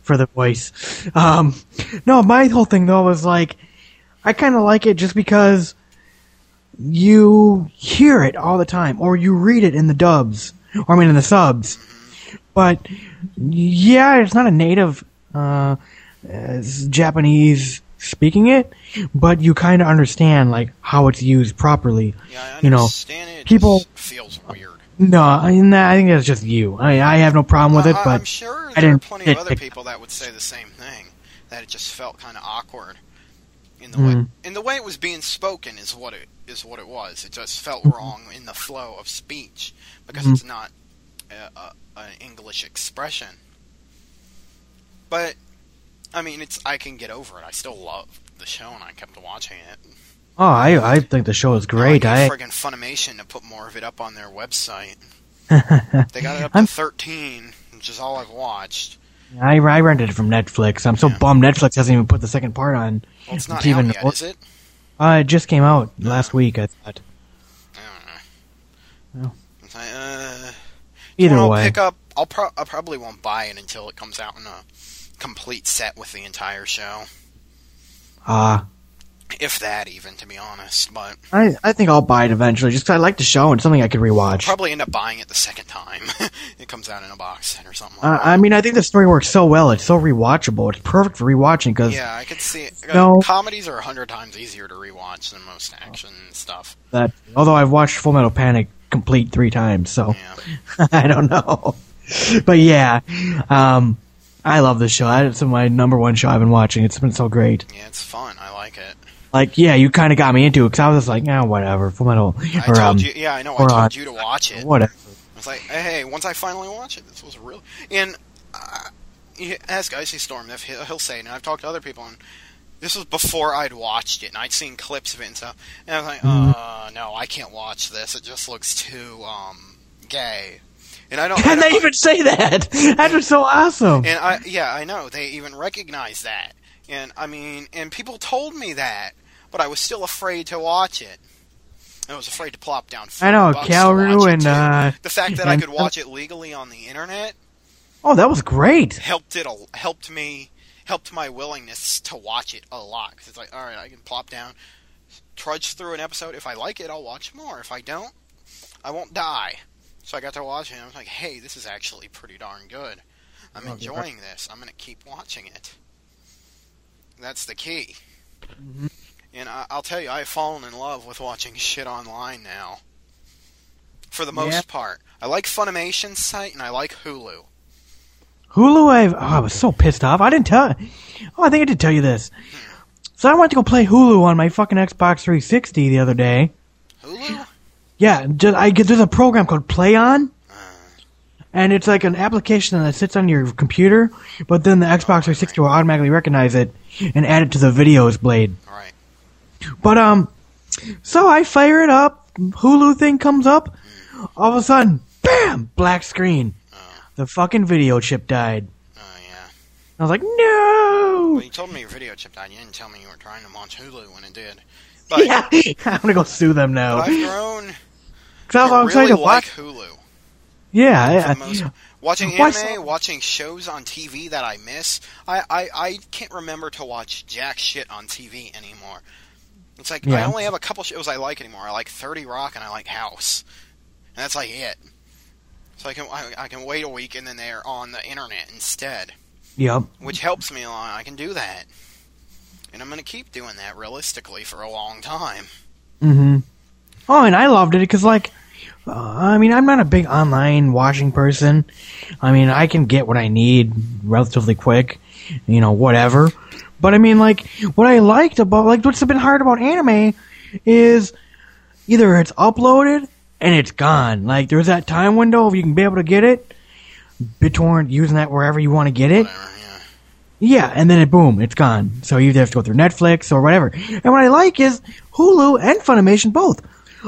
S7: for the voice. Um, no, my whole thing though was like, I kind of like it just because you hear it all the time, or you read it in the dubs, or I mean in the subs. But yeah, it's not a native uh, uh, Japanese speaking it, but you kind of understand like how it's used properly.
S5: yeah, I
S7: you know,
S5: understand it. it
S7: people-
S5: just feels weird.
S7: no, I, mean, I think that's just you. I mean, I have no problem with it,
S5: I,
S7: but
S5: am sure
S7: I
S5: there are
S7: didn't
S5: plenty of
S7: nitpick.
S5: other people that would say the same thing. That it just felt kind of awkward in the
S7: Mm-hmm.
S5: way in the way it was being spoken is what it is what it was. It just felt
S7: Mm-hmm.
S5: wrong in the flow of speech because it's not a, a, an English expression. But I mean, it's I can get over it. I still love the show, and I kept watching it.
S7: oh, I, I think the show is great.
S5: I
S7: I
S5: need friggin' Funimation to put more of it up on their website. they got it up to 13, which is all I've watched.
S7: I, I rented it from Netflix. I'm so bummed Netflix hasn't even put the second part on.
S5: Well, it's not
S7: It's even
S5: out yet,
S7: more-
S5: is it?
S7: Uh, it just came out last week. I thought.
S5: I don't know.
S7: No.
S5: It's like, uh,
S7: Either
S5: well, I'll
S7: way,
S5: pick up. I'll pro- I probably won't buy it until it comes out in a complete set with the entire show,
S7: uh,
S5: if that even, to be honest. But
S7: I I think I'll buy it eventually. Just 'cause I like the show and something I could rewatch.
S5: probably end up buying it the second time it comes out in a box set or something.
S7: uh,
S5: Like
S7: I mean, I think the story works so well. It's so rewatchable. It's perfect for rewatching
S5: that.
S7: because
S5: Yeah, I could see it. Uh,
S7: No.
S5: Comedies are a hundred times easier to rewatch than most action stuff.
S7: that. Although I've watched Full Metal Panic complete three times, so.
S5: Yeah.
S7: I don't know. But yeah, um, I love this show. I- It's my number one show I've been watching. It's been so great.
S5: Yeah, it's fun. I like it.
S7: Like, yeah, you kind of got me into it because I was just like, oh, whatever, Fumetto.
S5: I told you. Yeah, I know. I
S7: or, uh,
S5: told you to watch it.
S7: Whatever.
S5: I was like, hey, once I finally watch it, this was real. And uh, you ask Icy Storm, if he'll, he'll say it. And I've talked to other people, and this was before I'd watched it, and I'd seen clips of it and stuff. And I was like,
S7: Mm-hmm.
S5: uh, no, I can't watch this. It just looks too um, gay. And I don't. I
S7: Can
S5: don't-
S7: they even say that? That was so awesome.
S5: And I, yeah, I know they even recognize that. And I mean, and people told me that, but I was still afraid to watch it. I was afraid to plop down.
S7: I know,
S5: 40 bucks to watch
S7: Calru
S5: it,
S7: and,
S5: too.
S7: uh,
S5: the fact that I
S7: and-
S5: could watch it legally on the internet
S7: Oh, that was great.
S5: helped it. A, helped me. Helped my willingness to watch it a lot. 'Cause it's like, all right, I can plop down, trudge through an episode. If I like it, I'll watch more. If I don't, I won't die. So I got to watch it. and I was like, hey, this is actually pretty darn good. I'm enjoying this. I'm gonna keep watching it. That's the key. And I, I'll tell you, I've fallen in love with watching shit online now. For the most
S7: Yeah.
S5: part, I like Funimation's site and I like Hulu.
S7: Hulu, I, oh, I was so pissed off. I didn't tell. Oh, I think I did tell you this. So I went to go play Hulu on my fucking Xbox 360 the other day.
S5: Hulu?
S7: Yeah, just, I get there's a program called Play On, and it's like an application that sits on your computer, but then the Xbox 360 will automatically recognize it and add it to the videos blade.
S5: All right.
S7: But um, so I fire it up. Hulu thing comes up. All of a sudden, bam! Black screen. The fucking video chip died.
S5: Oh yeah.
S7: I was like, no.
S5: Well, you told me your video chip died. You didn't tell me you were trying to watch Hulu when it did. But,
S7: Yeah, I'm gonna go sue them
S5: but
S7: now.
S5: I've grown
S7: Cause I was all
S5: to
S7: excited
S5: really
S7: to
S5: like
S7: watch.
S5: Hulu.
S7: Yeah,
S5: For the
S7: I-
S5: most, watching
S7: Why
S5: anime,
S7: so-
S5: watching shows on TV that I miss. I, I, I can't remember to watch jack shit on TV anymore. It's like I
S7: Yeah.
S5: only have a couple shows I like anymore. I like Thirty Rock and I like House, and that's like it. So I can I, I can wait a week and then they're on the internet instead.
S7: yep.
S5: which helps me a lot. I can do that, and I'm gonna keep doing that realistically for a long time.
S7: Oh, and I loved it because, like, uh, I mean, I'm not a big online watching person. I mean, I can get what I need relatively quick, you know, whatever. But I mean, like, what I liked about, like, what's been hard about anime is either it's uploaded and it's gone. Like, there's that time window if you can be able to get it. BitTorrent, using that wherever you want to get it.
S5: Whatever, yeah.
S7: Yeah, and then it boom, it's gone. So you have to go through Netflix or whatever. And what I like is Hulu and Funimation both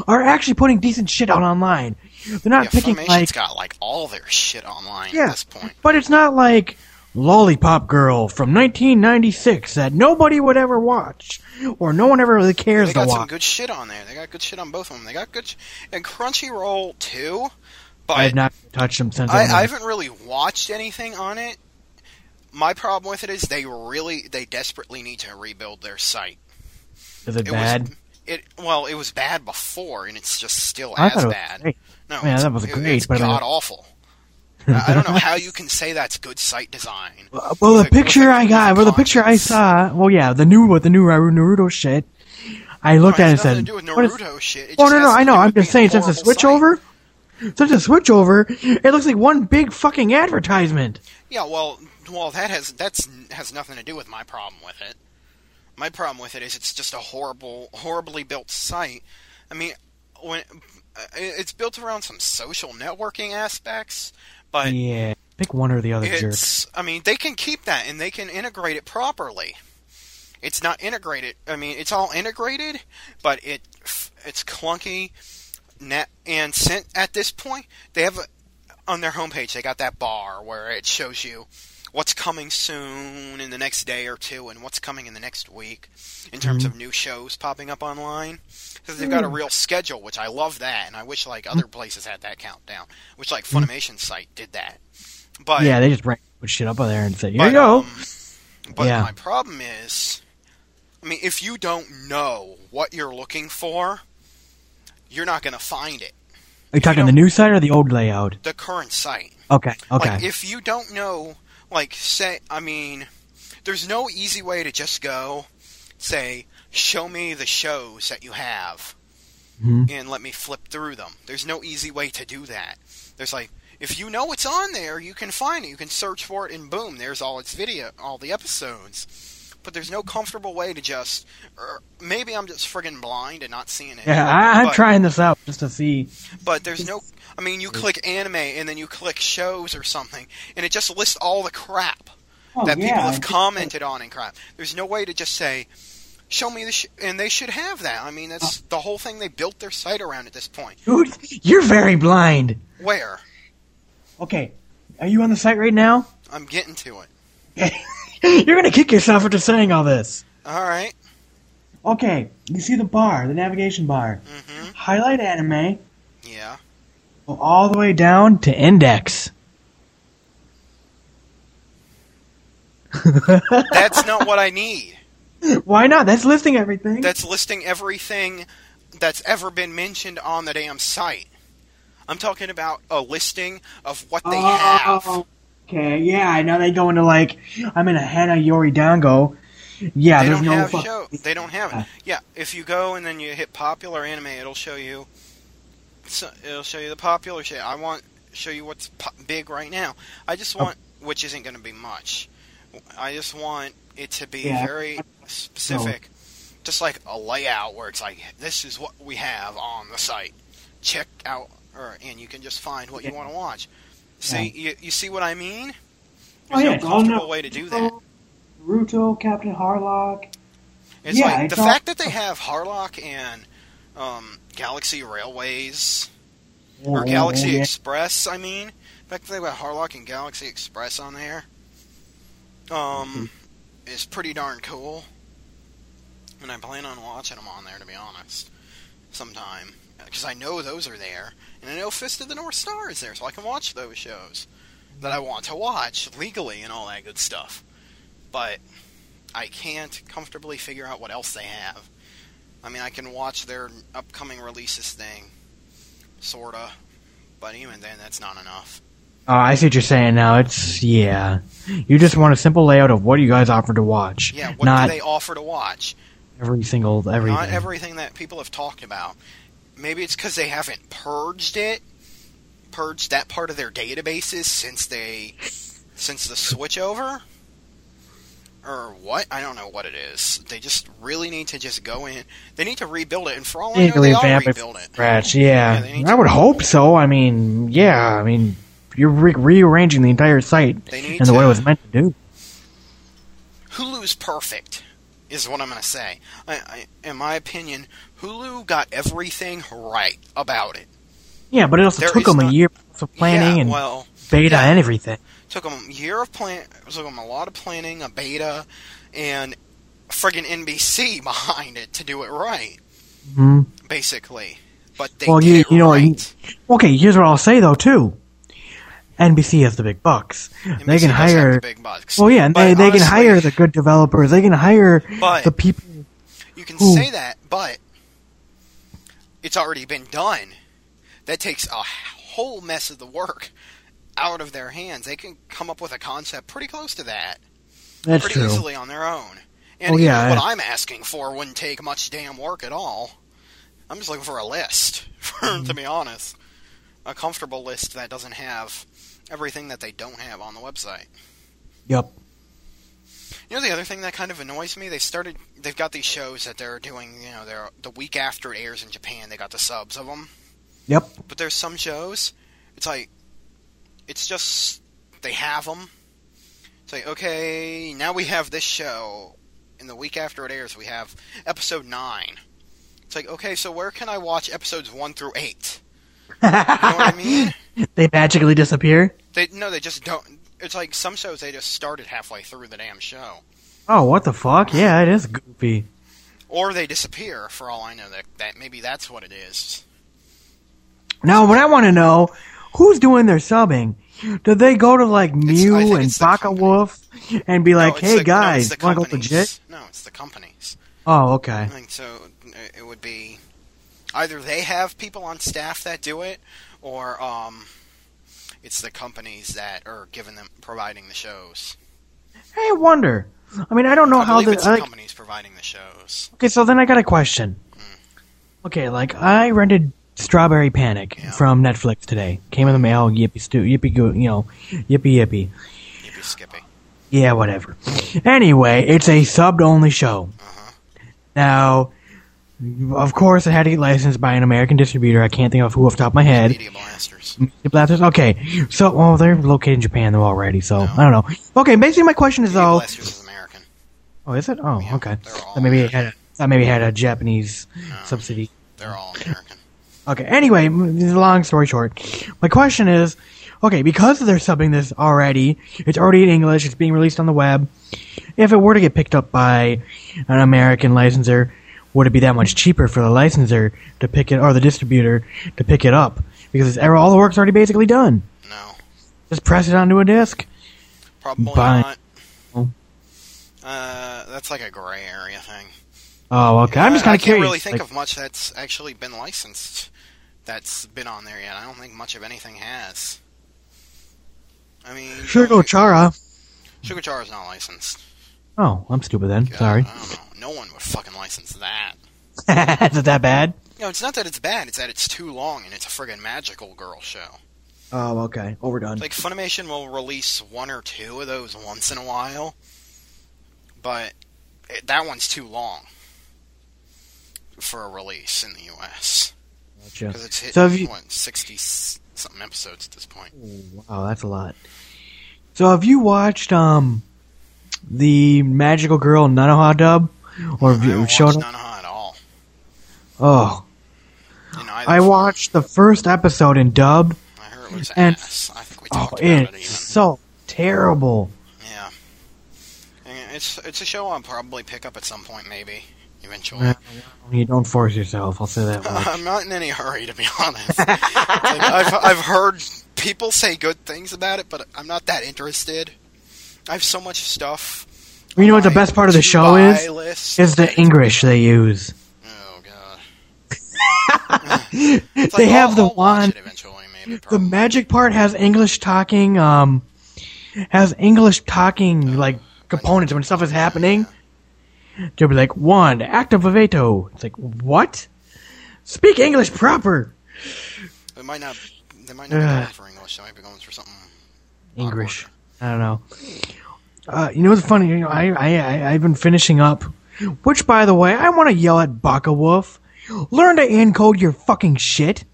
S7: are actually putting decent shit out online. They're not
S5: Yeah,
S7: picking
S5: Funimation's
S7: like
S5: got like all their shit online
S7: yeah,
S5: at this point.
S7: but it's not like Lollipop Girl from 1996 that nobody would ever watch or no one ever really cares
S5: They got
S7: to
S5: some
S7: watch.
S5: good shit on there. They got good shit on both of them. They got good sh- and Crunchyroll too, but
S7: I've not touched them since.
S5: I,
S7: then.
S5: I haven't really watched anything on it. My problem with it is they really they desperately need to rebuild their site.
S7: is it,
S5: It
S7: bad?
S5: was it well, it was bad before, and it's just still
S7: I
S5: as
S7: thought it was
S5: bad.
S7: great.
S5: No,
S7: Yeah,
S5: it's-
S7: that was
S5: it-
S7: great,
S5: It's
S7: but I mean-
S5: god awful. I I don't know how you can say that's good site design.
S7: Well,
S5: With
S7: the
S5: a- with
S7: picture
S5: a-
S7: I got, well,
S5: with
S7: the picture I
S5: conscience.
S7: saw, well, yeah, the new, with the new Naru- Naruto shit. I looked
S5: It
S7: at it
S5: has
S7: and said,
S5: nothing to do with
S7: "What is-
S5: Naruto shit. It
S7: Oh
S5: just
S7: no, no,
S5: has to
S7: I know.
S5: do
S7: I'm
S5: with
S7: just
S5: being
S7: saying, since the
S5: horrible
S7: switch
S5: site.
S7: over, since the switch over, it looks like one big fucking advertisement.
S5: Yeah, well, well, that has that's has nothing to do with my problem with it. My problem with it is it's just a horrible, horribly built site. I mean, when uh, it- it's built around some social networking aspects, but
S7: Yeah, pick one or the other, jerk.
S5: it's I mean, they can keep that and they can integrate it properly. It's not integrated. I mean, it's all integrated, but it it's clunky. Net and sent at this point, they have a, on their homepage they got that bar where it shows you what's coming soon in the next day or two and what's coming in the next week in terms of new shows popping up online. Because they've got a real schedule, which I love that, and I wish like other places had that countdown. Which like Funimation site did that. But
S7: Yeah, they just rank, put shit up on there and say, "Here
S5: but,
S7: you go."
S5: um, but
S7: Yeah.
S5: my problem is, I mean, if you don't know what you're looking for, you're not going to find it.
S7: Are you talking
S5: you
S7: the
S5: don't-
S7: new site or the old layout?
S5: The current site.
S7: Okay, okay.
S5: Like, if you don't know, like, say, I mean, there's no easy way to just go, say, show me the shows that you
S7: Mm-hmm.
S5: have, and let me flip through them. There's no easy way to do that. There's like, if you know it's on there, you can find it. You can search for it, and boom, there's all its video, all the episodes. But there's no comfortable way to just, or maybe I'm just friggin' blind and not seeing it.
S7: Yeah, I, I'm
S5: but,
S7: trying this out just to see.
S5: But there's no, I mean, you click anime and then you click shows or something, and it just lists all the crap
S6: Oh,
S5: that people
S6: yeah.
S5: have commented on and crap. There's no way to just say, show me the, sh-, and they should have that. I mean,
S6: Uh.
S5: that's the whole thing they built their site around at this point.
S7: Dude, you're very blind.
S5: Where?
S7: Okay, are you on the site right now?
S5: I'm getting to it.
S7: You're gonna kick yourself after saying all this.
S5: All right.
S7: Okay, you see the bar, the navigation bar.
S5: Mhm.
S7: Highlight anime,
S5: Yeah.
S7: go all the way down to index.
S5: That's not what I need.
S7: Why not? That's listing everything.
S5: That's listing everything that's ever been mentioned on the damn site. I'm talking about a listing of what they have.
S7: Oh, okay, yeah, I know they go into like I'm in a Hana Yori Dango. Yeah,
S5: They
S7: there's
S5: don't
S7: no
S5: have
S7: fuck-
S5: show. They don't have it. Yeah, if you go and then you hit popular anime, it'll show you. so- It'll show you the popular shit. I want show you what's po- big right now. I just
S7: Oh.
S5: want, which isn't going to be much. I just want it to be
S7: Yeah.
S5: very specific, just like a layout where it's like this is what we have on the site. Check out, or and you can just find what you want to watch. See, you, you see what I mean?
S7: Oh,
S5: There's
S7: yeah,
S5: no
S7: oh, no.
S5: comfortable way to do that.
S7: Ruto, Captain Harlock.
S5: It's
S7: Yeah,
S5: like
S7: it's
S5: the
S7: all-
S5: fact that they have Harlock and um, Galaxy Railways or Galaxy
S7: Yeah.
S5: Express. I mean, the fact that they got Harlock and Galaxy Express on there,
S7: Mm-hmm.
S5: um, is pretty darn cool. And I plan on watching them on there, to be honest, sometime because I know those are there, and I know Fist of the North Star is there, so I can watch those shows that I want to watch legally and all that good stuff. But I can't comfortably figure out what else they have. I mean, I can watch their upcoming releases thing, sorta, but even then, that's not enough.
S7: Oh, I see what you're saying now. It's yeah. You just want a simple layout of what you guys offer to watch.
S5: Yeah, what
S7: not
S5: do they offer to watch?
S7: every single everything.
S5: Not everything that people have talked about. Maybe it's because they haven't purged it, purged that part of their databases since they, since the switch over, or what? I don't know what it is. They just really need to just go in. They need to rebuild it, and for all I know,
S7: Legally
S5: they are
S7: vamp it
S5: rebuild it.
S7: scratch.
S5: Yeah,
S7: Yeah,
S5: they need
S7: I
S5: to-
S7: would hope so. I mean, yeah, I mean, you're re- rearranging the entire site
S5: They need
S7: in the way
S5: to-
S7: it was meant to do.
S5: Hulu's perfect, is what I'm going to say. I, I, in my opinion, Hulu got everything right about it.
S7: Yeah, but it also
S5: There
S7: took
S5: is
S7: them
S5: not-
S7: a year of planning
S5: yeah,
S7: and
S5: well,
S7: beta
S5: yeah.
S7: and everything.
S5: took them a year of plan, took them a lot of planning, a beta, and friggin' NBC behind it to do it right,
S7: Mhm.
S5: basically. But they
S7: Well,
S5: did
S7: you-
S5: it
S7: you know, you-
S5: right.
S7: Okay, here's what I'll say though too. NBC has the big bucks.
S5: NBC
S7: they can
S5: does have
S7: hire.
S5: the big bucks.
S7: Well, yeah, and
S5: But
S7: they, they can
S5: honestly,
S7: hire the good developers. They can hire
S5: But-
S7: the people.
S5: You can
S7: Ooh.
S5: say that, but it's already been done. That takes a whole mess of the work out of their hands. They can come up with a concept pretty close to that
S7: That's
S5: pretty
S7: true.
S5: easily on their own. And
S7: Oh,
S5: even
S7: yeah,
S5: what
S7: I-
S5: I'm asking for wouldn't take much damn work at all. I'm just looking for a list,
S7: Mm-hmm.
S5: to be honest. A comfortable list that doesn't have everything that they don't have on the website.
S7: Yep.
S5: You know the other thing that kind of annoys me? They started. They've got these shows that they're doing. You know, they're the week after it airs in Japan, they got the subs of them.
S7: Yep.
S5: But there's some shows. It's like, it's just they have them. It's like okay, now we have this show, and the week after it airs, we have episode nine. It's like okay, so where can I watch episodes one through eight? You know what I mean?
S7: They magically disappear.
S5: They no, they just don't. It's like some shows they just started halfway through the damn show.
S7: Oh, what the fuck? Yeah, it is goofy.
S5: or they disappear. For all I know, that that maybe that's what it is.
S7: Now, what I want to know, who's doing their subbing? Do they go to like
S5: I think
S7: Mew and
S5: it's the
S7: Baka
S5: company.
S7: Wolf and be like,
S5: no, it's
S7: "Hey
S5: the,
S7: guys,
S5: no, it's the
S7: want to go
S5: companies.
S7: legit?"
S5: No, it's the companies.
S7: Oh, okay.
S5: Like, so uh, it would be either they have people on staff that do it, or um, it's the companies that are giving them providing the shows.
S7: Hey, I wonder. I mean, I don't know
S5: I
S7: how
S5: believe
S7: the
S5: it's the
S7: like,
S5: companies providing the shows.
S7: Okay, so then I got a question. Okay, like I rented Strawberry Panic from Netflix today. Came in the mail. Yippee, stu- yippee, goo, you know, yippee, yippee.
S5: You'd be skippy.
S7: Yeah, whatever. Anyway, it's a subbed only show.
S5: Uh-huh.
S7: Now, of course, it had to get licensed by an American distributor. I can't think of who off the top of my head.
S5: Media blasters.
S7: The Blasters. Okay, so well, they're located in Japan though already, so I don't know. Okay, basically my question is
S5: Media
S7: though.
S5: blasters is American.
S7: Oh, is it? Oh, okay.
S5: they're all
S7: That maybe it had a, that maybe it had a Japanese subsidy.
S5: They're all American.
S7: Okay. Anyway, m- long story short, my question is, okay, because they're subbing this already, it's already in English, it's being released on the web. If it were to get picked up by an American licensor, would it be that much cheaper for the licensor to pick it or the distributor to pick it up because it's, all the work's already basically done?
S5: No.
S7: Just press it onto a disc.
S5: Probably
S7: Bi-
S5: not.
S7: Oh.
S5: Uh, that's like a gray area thing.
S7: Oh, okay. I'm just kind
S5: I- I
S7: of
S5: can't
S7: curious.
S5: really think
S7: like-
S5: of much that's actually been licensed that's been on there yet. I don't think much of anything has. I mean,
S7: Sugar Chara.
S5: Sugar Jar is not licensed.
S7: Oh, I'm stupid then.
S5: God,
S7: Sorry.
S5: I don't know. No one would fucking license that.
S7: Is it that bad?
S5: No, it's not that it's bad. It's that it's too long and it's a friggin' magical girl show.
S7: Oh, okay. Overdone.
S5: Like Funimation will release one or two of those once in a while, but it, that one's too long for a release in the U.S.
S7: Gotcha.
S5: because it's hit
S7: So have you-
S5: what, sixty s- something episodes at this point.
S7: Wow, Oh, that's a lot. So have you watched um the Magical Girl Nanoha dub? Or have
S5: I
S7: you
S5: haven't
S7: shown
S5: watched
S7: up?
S5: none of it at all.
S7: Oh.
S5: You know, I,
S7: I watched the first episode in dub.
S5: I heard it was
S7: and-
S5: ass. I think we
S7: Oh,
S5: talked about it
S7: it's
S5: even.
S7: so terrible.
S5: Yeah, And it's it's a show I'll probably pick up at some point, maybe eventually.
S7: Well, You don't force yourself, I'll say that much.
S5: I'm not in any hurry, to be honest. Like, I've, I've heard people say good things about it, but I'm not that interested. I have so much stuff.
S7: You know what the
S5: on my
S7: best part of the show
S5: to-buy
S7: is?
S5: list.
S7: Is the English they use.
S5: Oh god.
S7: They have the one
S5: Watch it eventually, maybe.
S7: the
S5: probably.
S7: magic part has English talking, um, has English talking like components when stuff is happening. They'll be like one active veto. It's like what? Speak English proper.
S5: They might not. They might not be going for English. They might be going for something.
S7: English. I don't know. Uh, you know what's funny? You know, I, I, I, I've been finishing up, which, by the way, I want to yell at Baka Wolf. Learn to encode your fucking shit.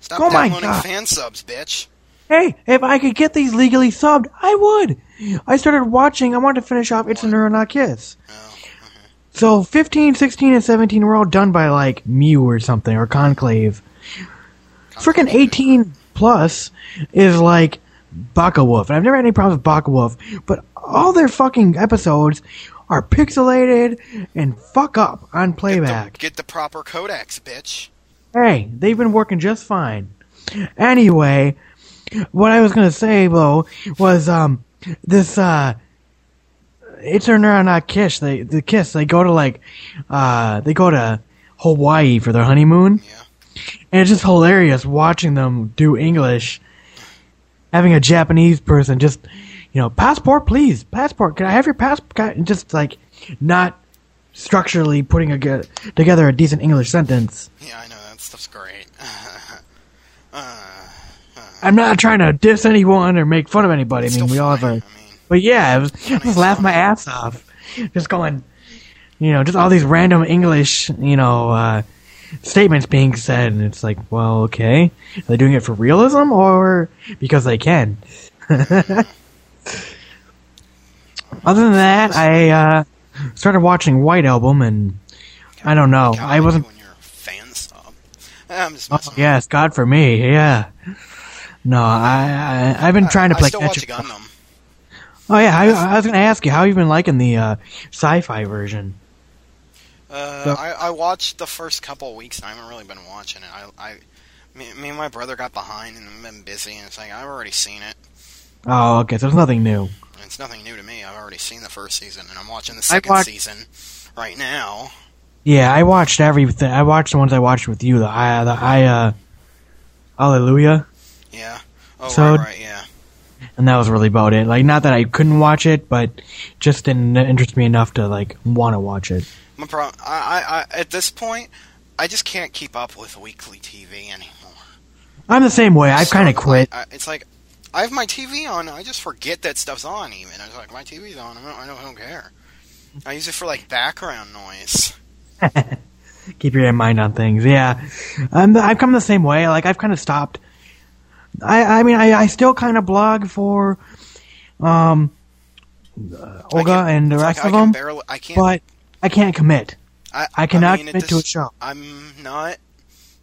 S5: Stop
S7: Oh my
S5: downloading
S7: God.
S5: fan subs, bitch.
S7: Hey, if I could get these legally subbed, I would. I started watching, I wanted to finish off It's a Neuronaut Kiss. So 15, 16, and 17 were all done by like Mew or something, or Conclave. Freaking 18 plus is like Baka Wolf. And I've never had any problems with Baka Wolf, but all their fucking episodes are pixelated and fuck up on playback.
S5: Get the proper codecs, bitch.
S7: Hey, they've been working just fine. Anyway, what I was gonna say though was um this uh it's or not not kiss they the kiss they go to like uh they go to Hawaii for their honeymoon
S5: Yeah.
S7: and it's just hilarious watching them do English having a Japanese person just you know passport please passport can I have your passport and just like not structurally putting a, good- together a decent English sentence
S5: Yeah, I know that stuff's great.
S7: I'm not trying to diss anyone or make fun of anybody. I
S5: It's
S7: mean,
S5: still
S7: we all have
S5: funny.
S7: our.
S5: I mean-
S7: But yeah, I, was, I just laughed my ass off, just going, you know, just all these random English, you know, uh, statements being said, and it's like, well, okay, are they doing it for realism or because they can? Other than that, I uh, started watching White Album, and I don't know,
S5: God,
S7: I wasn't Oh,
S5: When you're a fan sub. I'm just messing. with
S7: Yes, God for me. Yeah. No, I, I I've been trying to
S5: you. I
S7: play
S5: still
S7: catch
S5: watch
S7: up.
S5: Gundam.
S7: Oh yeah, I, I was gonna ask you how you've been liking the uh, sci-fi version.
S5: Uh, I, I watched the first couple weeks. And I haven't really been watching it. I, I me, me and my brother got behind and I've been busy, and it's like I've already seen it.
S7: Oh, okay, so it's nothing new.
S5: And It's nothing new to me. I've already seen the first season, and I'm watching the second
S7: watched-
S5: season right now.
S7: Yeah, I watched everything. I watched the ones I watched with you. The I, the I, uh, Hallelujah,
S5: Yeah. Oh
S7: So-
S5: right, right, yeah.
S7: and that was really about it. Like, not that I couldn't watch it, but just didn't interest me enough to like want to watch it.
S5: My problem. I, I, I at this point, I just can't keep up with weekly TV anymore.
S7: I'm the same way. I've kind of quit.
S5: I, it's like I have my TV on. I just forget that stuff's on. Even it's like my TV's on. I don't, I don't, I don't care. I use it for like background noise.
S7: Keep your mind on things. Yeah, I'm the, I've come the same way. Like I've kind of stopped. I I mean I, I still kind of blog for, um, uh, Olga
S5: I can-
S7: and the
S5: it's like
S7: rest
S5: I
S7: of
S5: can
S7: them,
S5: barely- I can't.
S7: but I can't commit. I cannot
S5: it
S7: commit to a show.
S5: I'm not.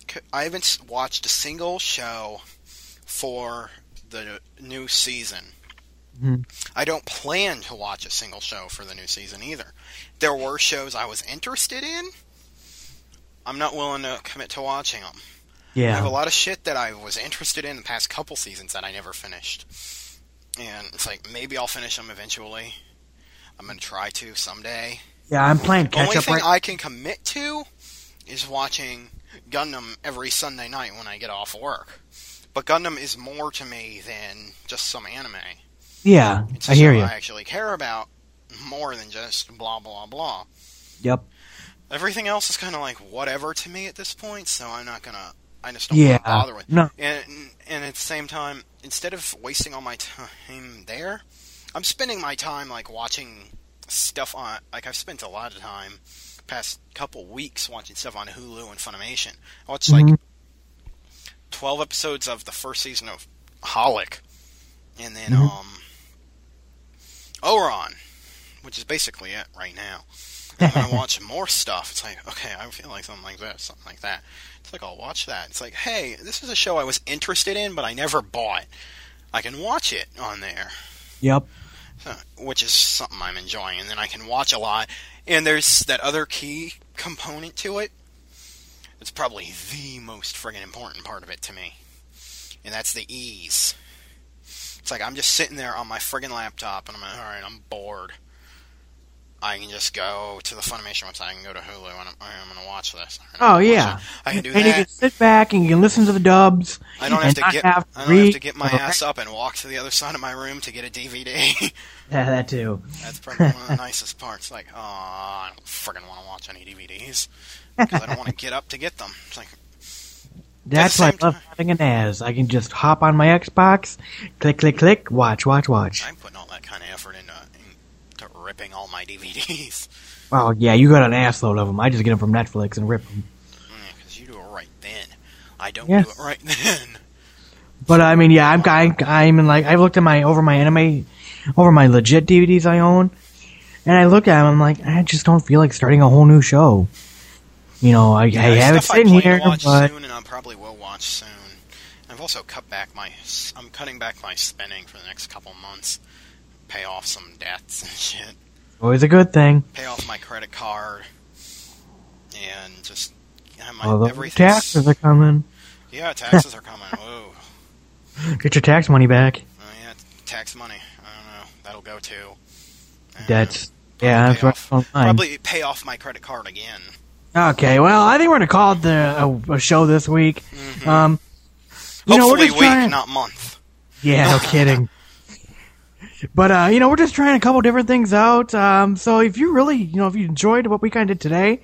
S5: c- I haven't s- watched a single show for the new season. I don't plan to watch a single show for the new season either. There were shows I was interested in. I'm not willing to commit to watching them. I have
S7: Yeah,
S5: a lot of shit that I was interested in the past couple seasons that I never finished. And it's like maybe I'll finish them eventually. I'm gonna try to someday.
S7: yeah. I'm playing
S5: The
S7: catch
S5: only
S7: up.
S5: thing
S7: Right.
S5: I can commit to is watching Gundam every Sunday night when I get off work. But Gundam is more to me than just some anime.
S7: yeah,
S5: It's a
S7: I hear
S5: show
S7: you.
S5: I actually care about more than just blah blah blah.
S7: Yep.
S5: Everything else is kind of like whatever to me at this point, so I'm not gonna. I just don't
S7: Yeah,
S5: wanna bother with.
S7: no.
S5: And and at the same time, instead of wasting all my time there, I'm spending my time like watching stuff on. Like I've spent a lot of time past couple weeks watching stuff on Hulu and Funimation. I watched like
S7: Mm-hmm.
S5: twelve episodes of the first season of Holic, and
S7: Mm-hmm.
S5: then um, Oron, which is basically it right now. And when I watch more stuff, it's like, okay, I feel like something like this, something like that. It's like I'll watch that. It's like, hey, this is a show I was interested in, but I never bought. I can watch it on there,
S7: Yep.
S5: huh, uh, which is something I'm enjoying, and then I can watch a lot. And there's that other key component to it. It's probably the most friggin' important part of it to me, and that's the ease. It's like I'm just sitting there on my friggin' laptop, and I'm like, all right, I'm bored. I can just go to the Funimation website. I can go to Hulu, and I'm, I'm gonna watch this. And I'm
S7: Oh,
S5: gonna watch
S7: yeah.
S5: it. I can do
S7: and you
S5: that.
S7: can sit back and you can listen to the dubs.
S5: I don't have
S7: and
S5: to
S7: not
S5: get
S7: have
S5: I don't have to
S7: read
S5: get my
S7: or-
S5: ass up and walk to the other side of my room to get a DVD.
S7: Yeah, that too.
S5: That's probably one of the nicest parts. Like, oh, I don't friggin' want to watch any DVDs because I don't want to get up to get them. It's like,
S7: That's
S5: the
S7: why I
S5: same
S7: love
S5: time-
S7: having an NAS. I can just hop on my Xbox, click, click, click, watch, watch, watch.
S5: I'm putting all that kind of effort into, into ripping all my DVDs
S7: Oh yeah, you got an assload of them. I just get them from Netflix and rip them.
S5: because you do it right then. I don't do
S7: Yes.
S5: it right then.
S7: But I mean, yeah, I'm I, I'm in like I've looked at my over my anime, over my legit DVDs I own, and I look at them. I'm like, I just don't feel like starting a whole new show. You know, I, I
S5: There's
S7: have it
S5: stuff I
S7: sitting
S5: plan
S7: here,
S5: to watch
S7: but
S5: soon, and I probably will watch soon. I've also cut back my. I'm cutting back my spending for the next couple months. Pay off some debts and shit.
S7: always a good thing.
S5: pay off my credit card and just yeah, my
S7: All the
S5: everything's-
S7: taxes are coming.
S5: Yeah, taxes are coming. Whoa.
S7: Get your tax money back.
S5: Oh, yeah, tax money. I don't know. That'll go to I don't
S7: That's
S5: know.
S7: yeah, that's
S5: Pay
S7: right.
S5: off-
S7: online.
S5: Probably pay off my credit card again.
S7: Okay, well, I think we're gonna call it the a, a show this week. Um, you know, we're
S5: Hopefully uh,
S7: just
S5: week,
S7: trying.
S5: not month.
S7: Yeah, no kidding. But uh, you know, we're just trying a couple different things out. Um, so if you really, you know, if you enjoyed what we kind of did today,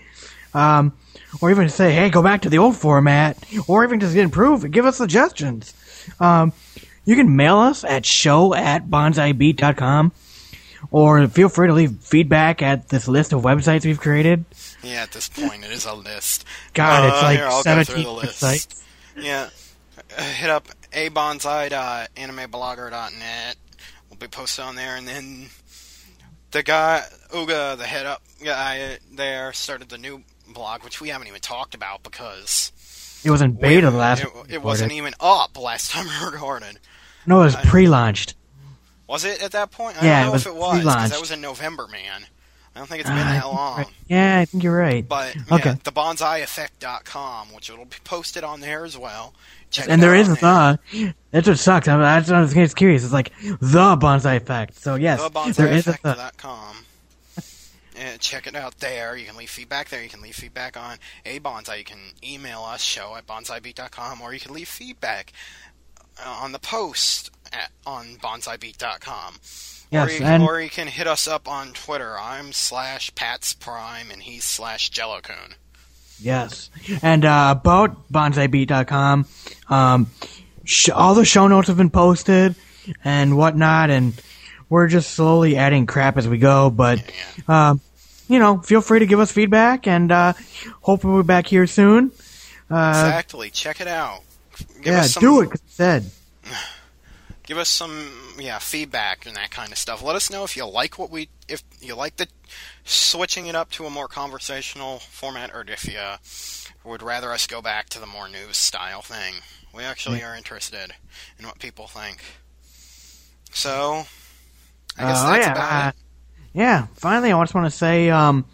S7: um, or even say, hey, go back to the old format, or even just improve, give us suggestions. Um, you can mail us at show at bonsaibeat.com, or feel free to leave feedback at this list of websites we've created.
S5: Yeah, at this point it is a list.
S7: God,
S5: Uh,
S7: it's like
S5: here, I'll go through
S7: 17
S5: the list.
S7: websites.
S5: Yeah. Uh, hit up abonsai.animeblogger.net. We'll be posted on there, and then the guy, Uga, the head up guy there, started the new blog, which we haven't even talked about because
S7: It was in beta the last
S5: it,
S7: time we
S5: it wasn't e-
S7: recorded.
S5: even up last time we recorded.
S7: No, it was pre-launched.
S5: Was it at that point? I
S7: Yeah, it
S5: don't know
S7: was
S5: if it was, 'cause
S7: relaunched.
S5: that was in November, man. I don't think it's been that long.
S7: Yeah, I think you're right.
S5: But yeah,
S7: Okay.
S5: the bonsaieffect.com, which will be posted on there as well. Check
S7: and
S5: it
S7: there
S5: out
S7: is
S5: on
S7: the. That's what sucks. I'm, that's what I was just curious. It's like the bonsai effect. So yes, there is a the.
S5: thebonsaieffect.com. Uh, check it out there. You can leave feedback there. You can leave feedback on a bonsai. You can email us show at bonsaibeat.com, or you can leave feedback uh, on the post at, on bonsaibeat.com. or,
S7: Yes,
S5: you,
S7: and-
S5: or you can hit us up on Twitter. I'm slash Pat's Prime, and he's slash Jellocoon.
S7: Yes. And uh, about bonsaibeat.com, um, sh- all the show notes have been posted and whatnot, and we're just slowly adding crap as we go. But, um, you know, feel free to give us feedback, and uh, hopefully we're back here soon.
S5: exactly. Check it out. Give
S7: Uh, yeah,
S5: us some,
S7: do it, 'cause it said.
S5: Give us some yeah feedback and that kind of stuff. Let us know if you like what we if you like the switching it up to a more conversational format, or if you would rather us go back to the more news style thing. We actually are interested in what people think. So, I guess
S7: Uh,
S5: that's
S7: yeah,
S5: about
S7: uh,
S5: it.
S7: Yeah, finally, I just want to say um,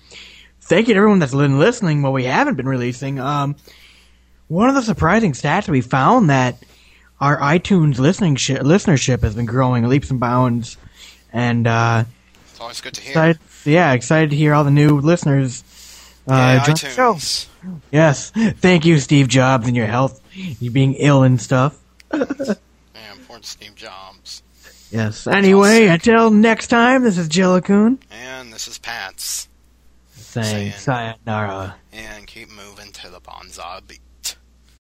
S7: thank you to everyone that's been listening while we haven't been releasing. Um, one of the surprising stats we found that our iTunes listening shi listenership has been growing leaps and bounds, and uh,
S5: It's always good to hear.
S7: excited, yeah, excited to hear all the new listeners.
S5: yeah,
S7: Uh, join the show.
S5: iTunes.
S7: Yes, thank you, Steve Jobs, and your health, you being ill and stuff.
S5: Yeah, important Steve Jobs.
S7: Yes. Anyway, until next time, this is Jellicoon
S5: And this is Pat's.
S7: saying
S5: Sayonara.
S7: sayonara.
S5: And keep moving to the bonsai beat.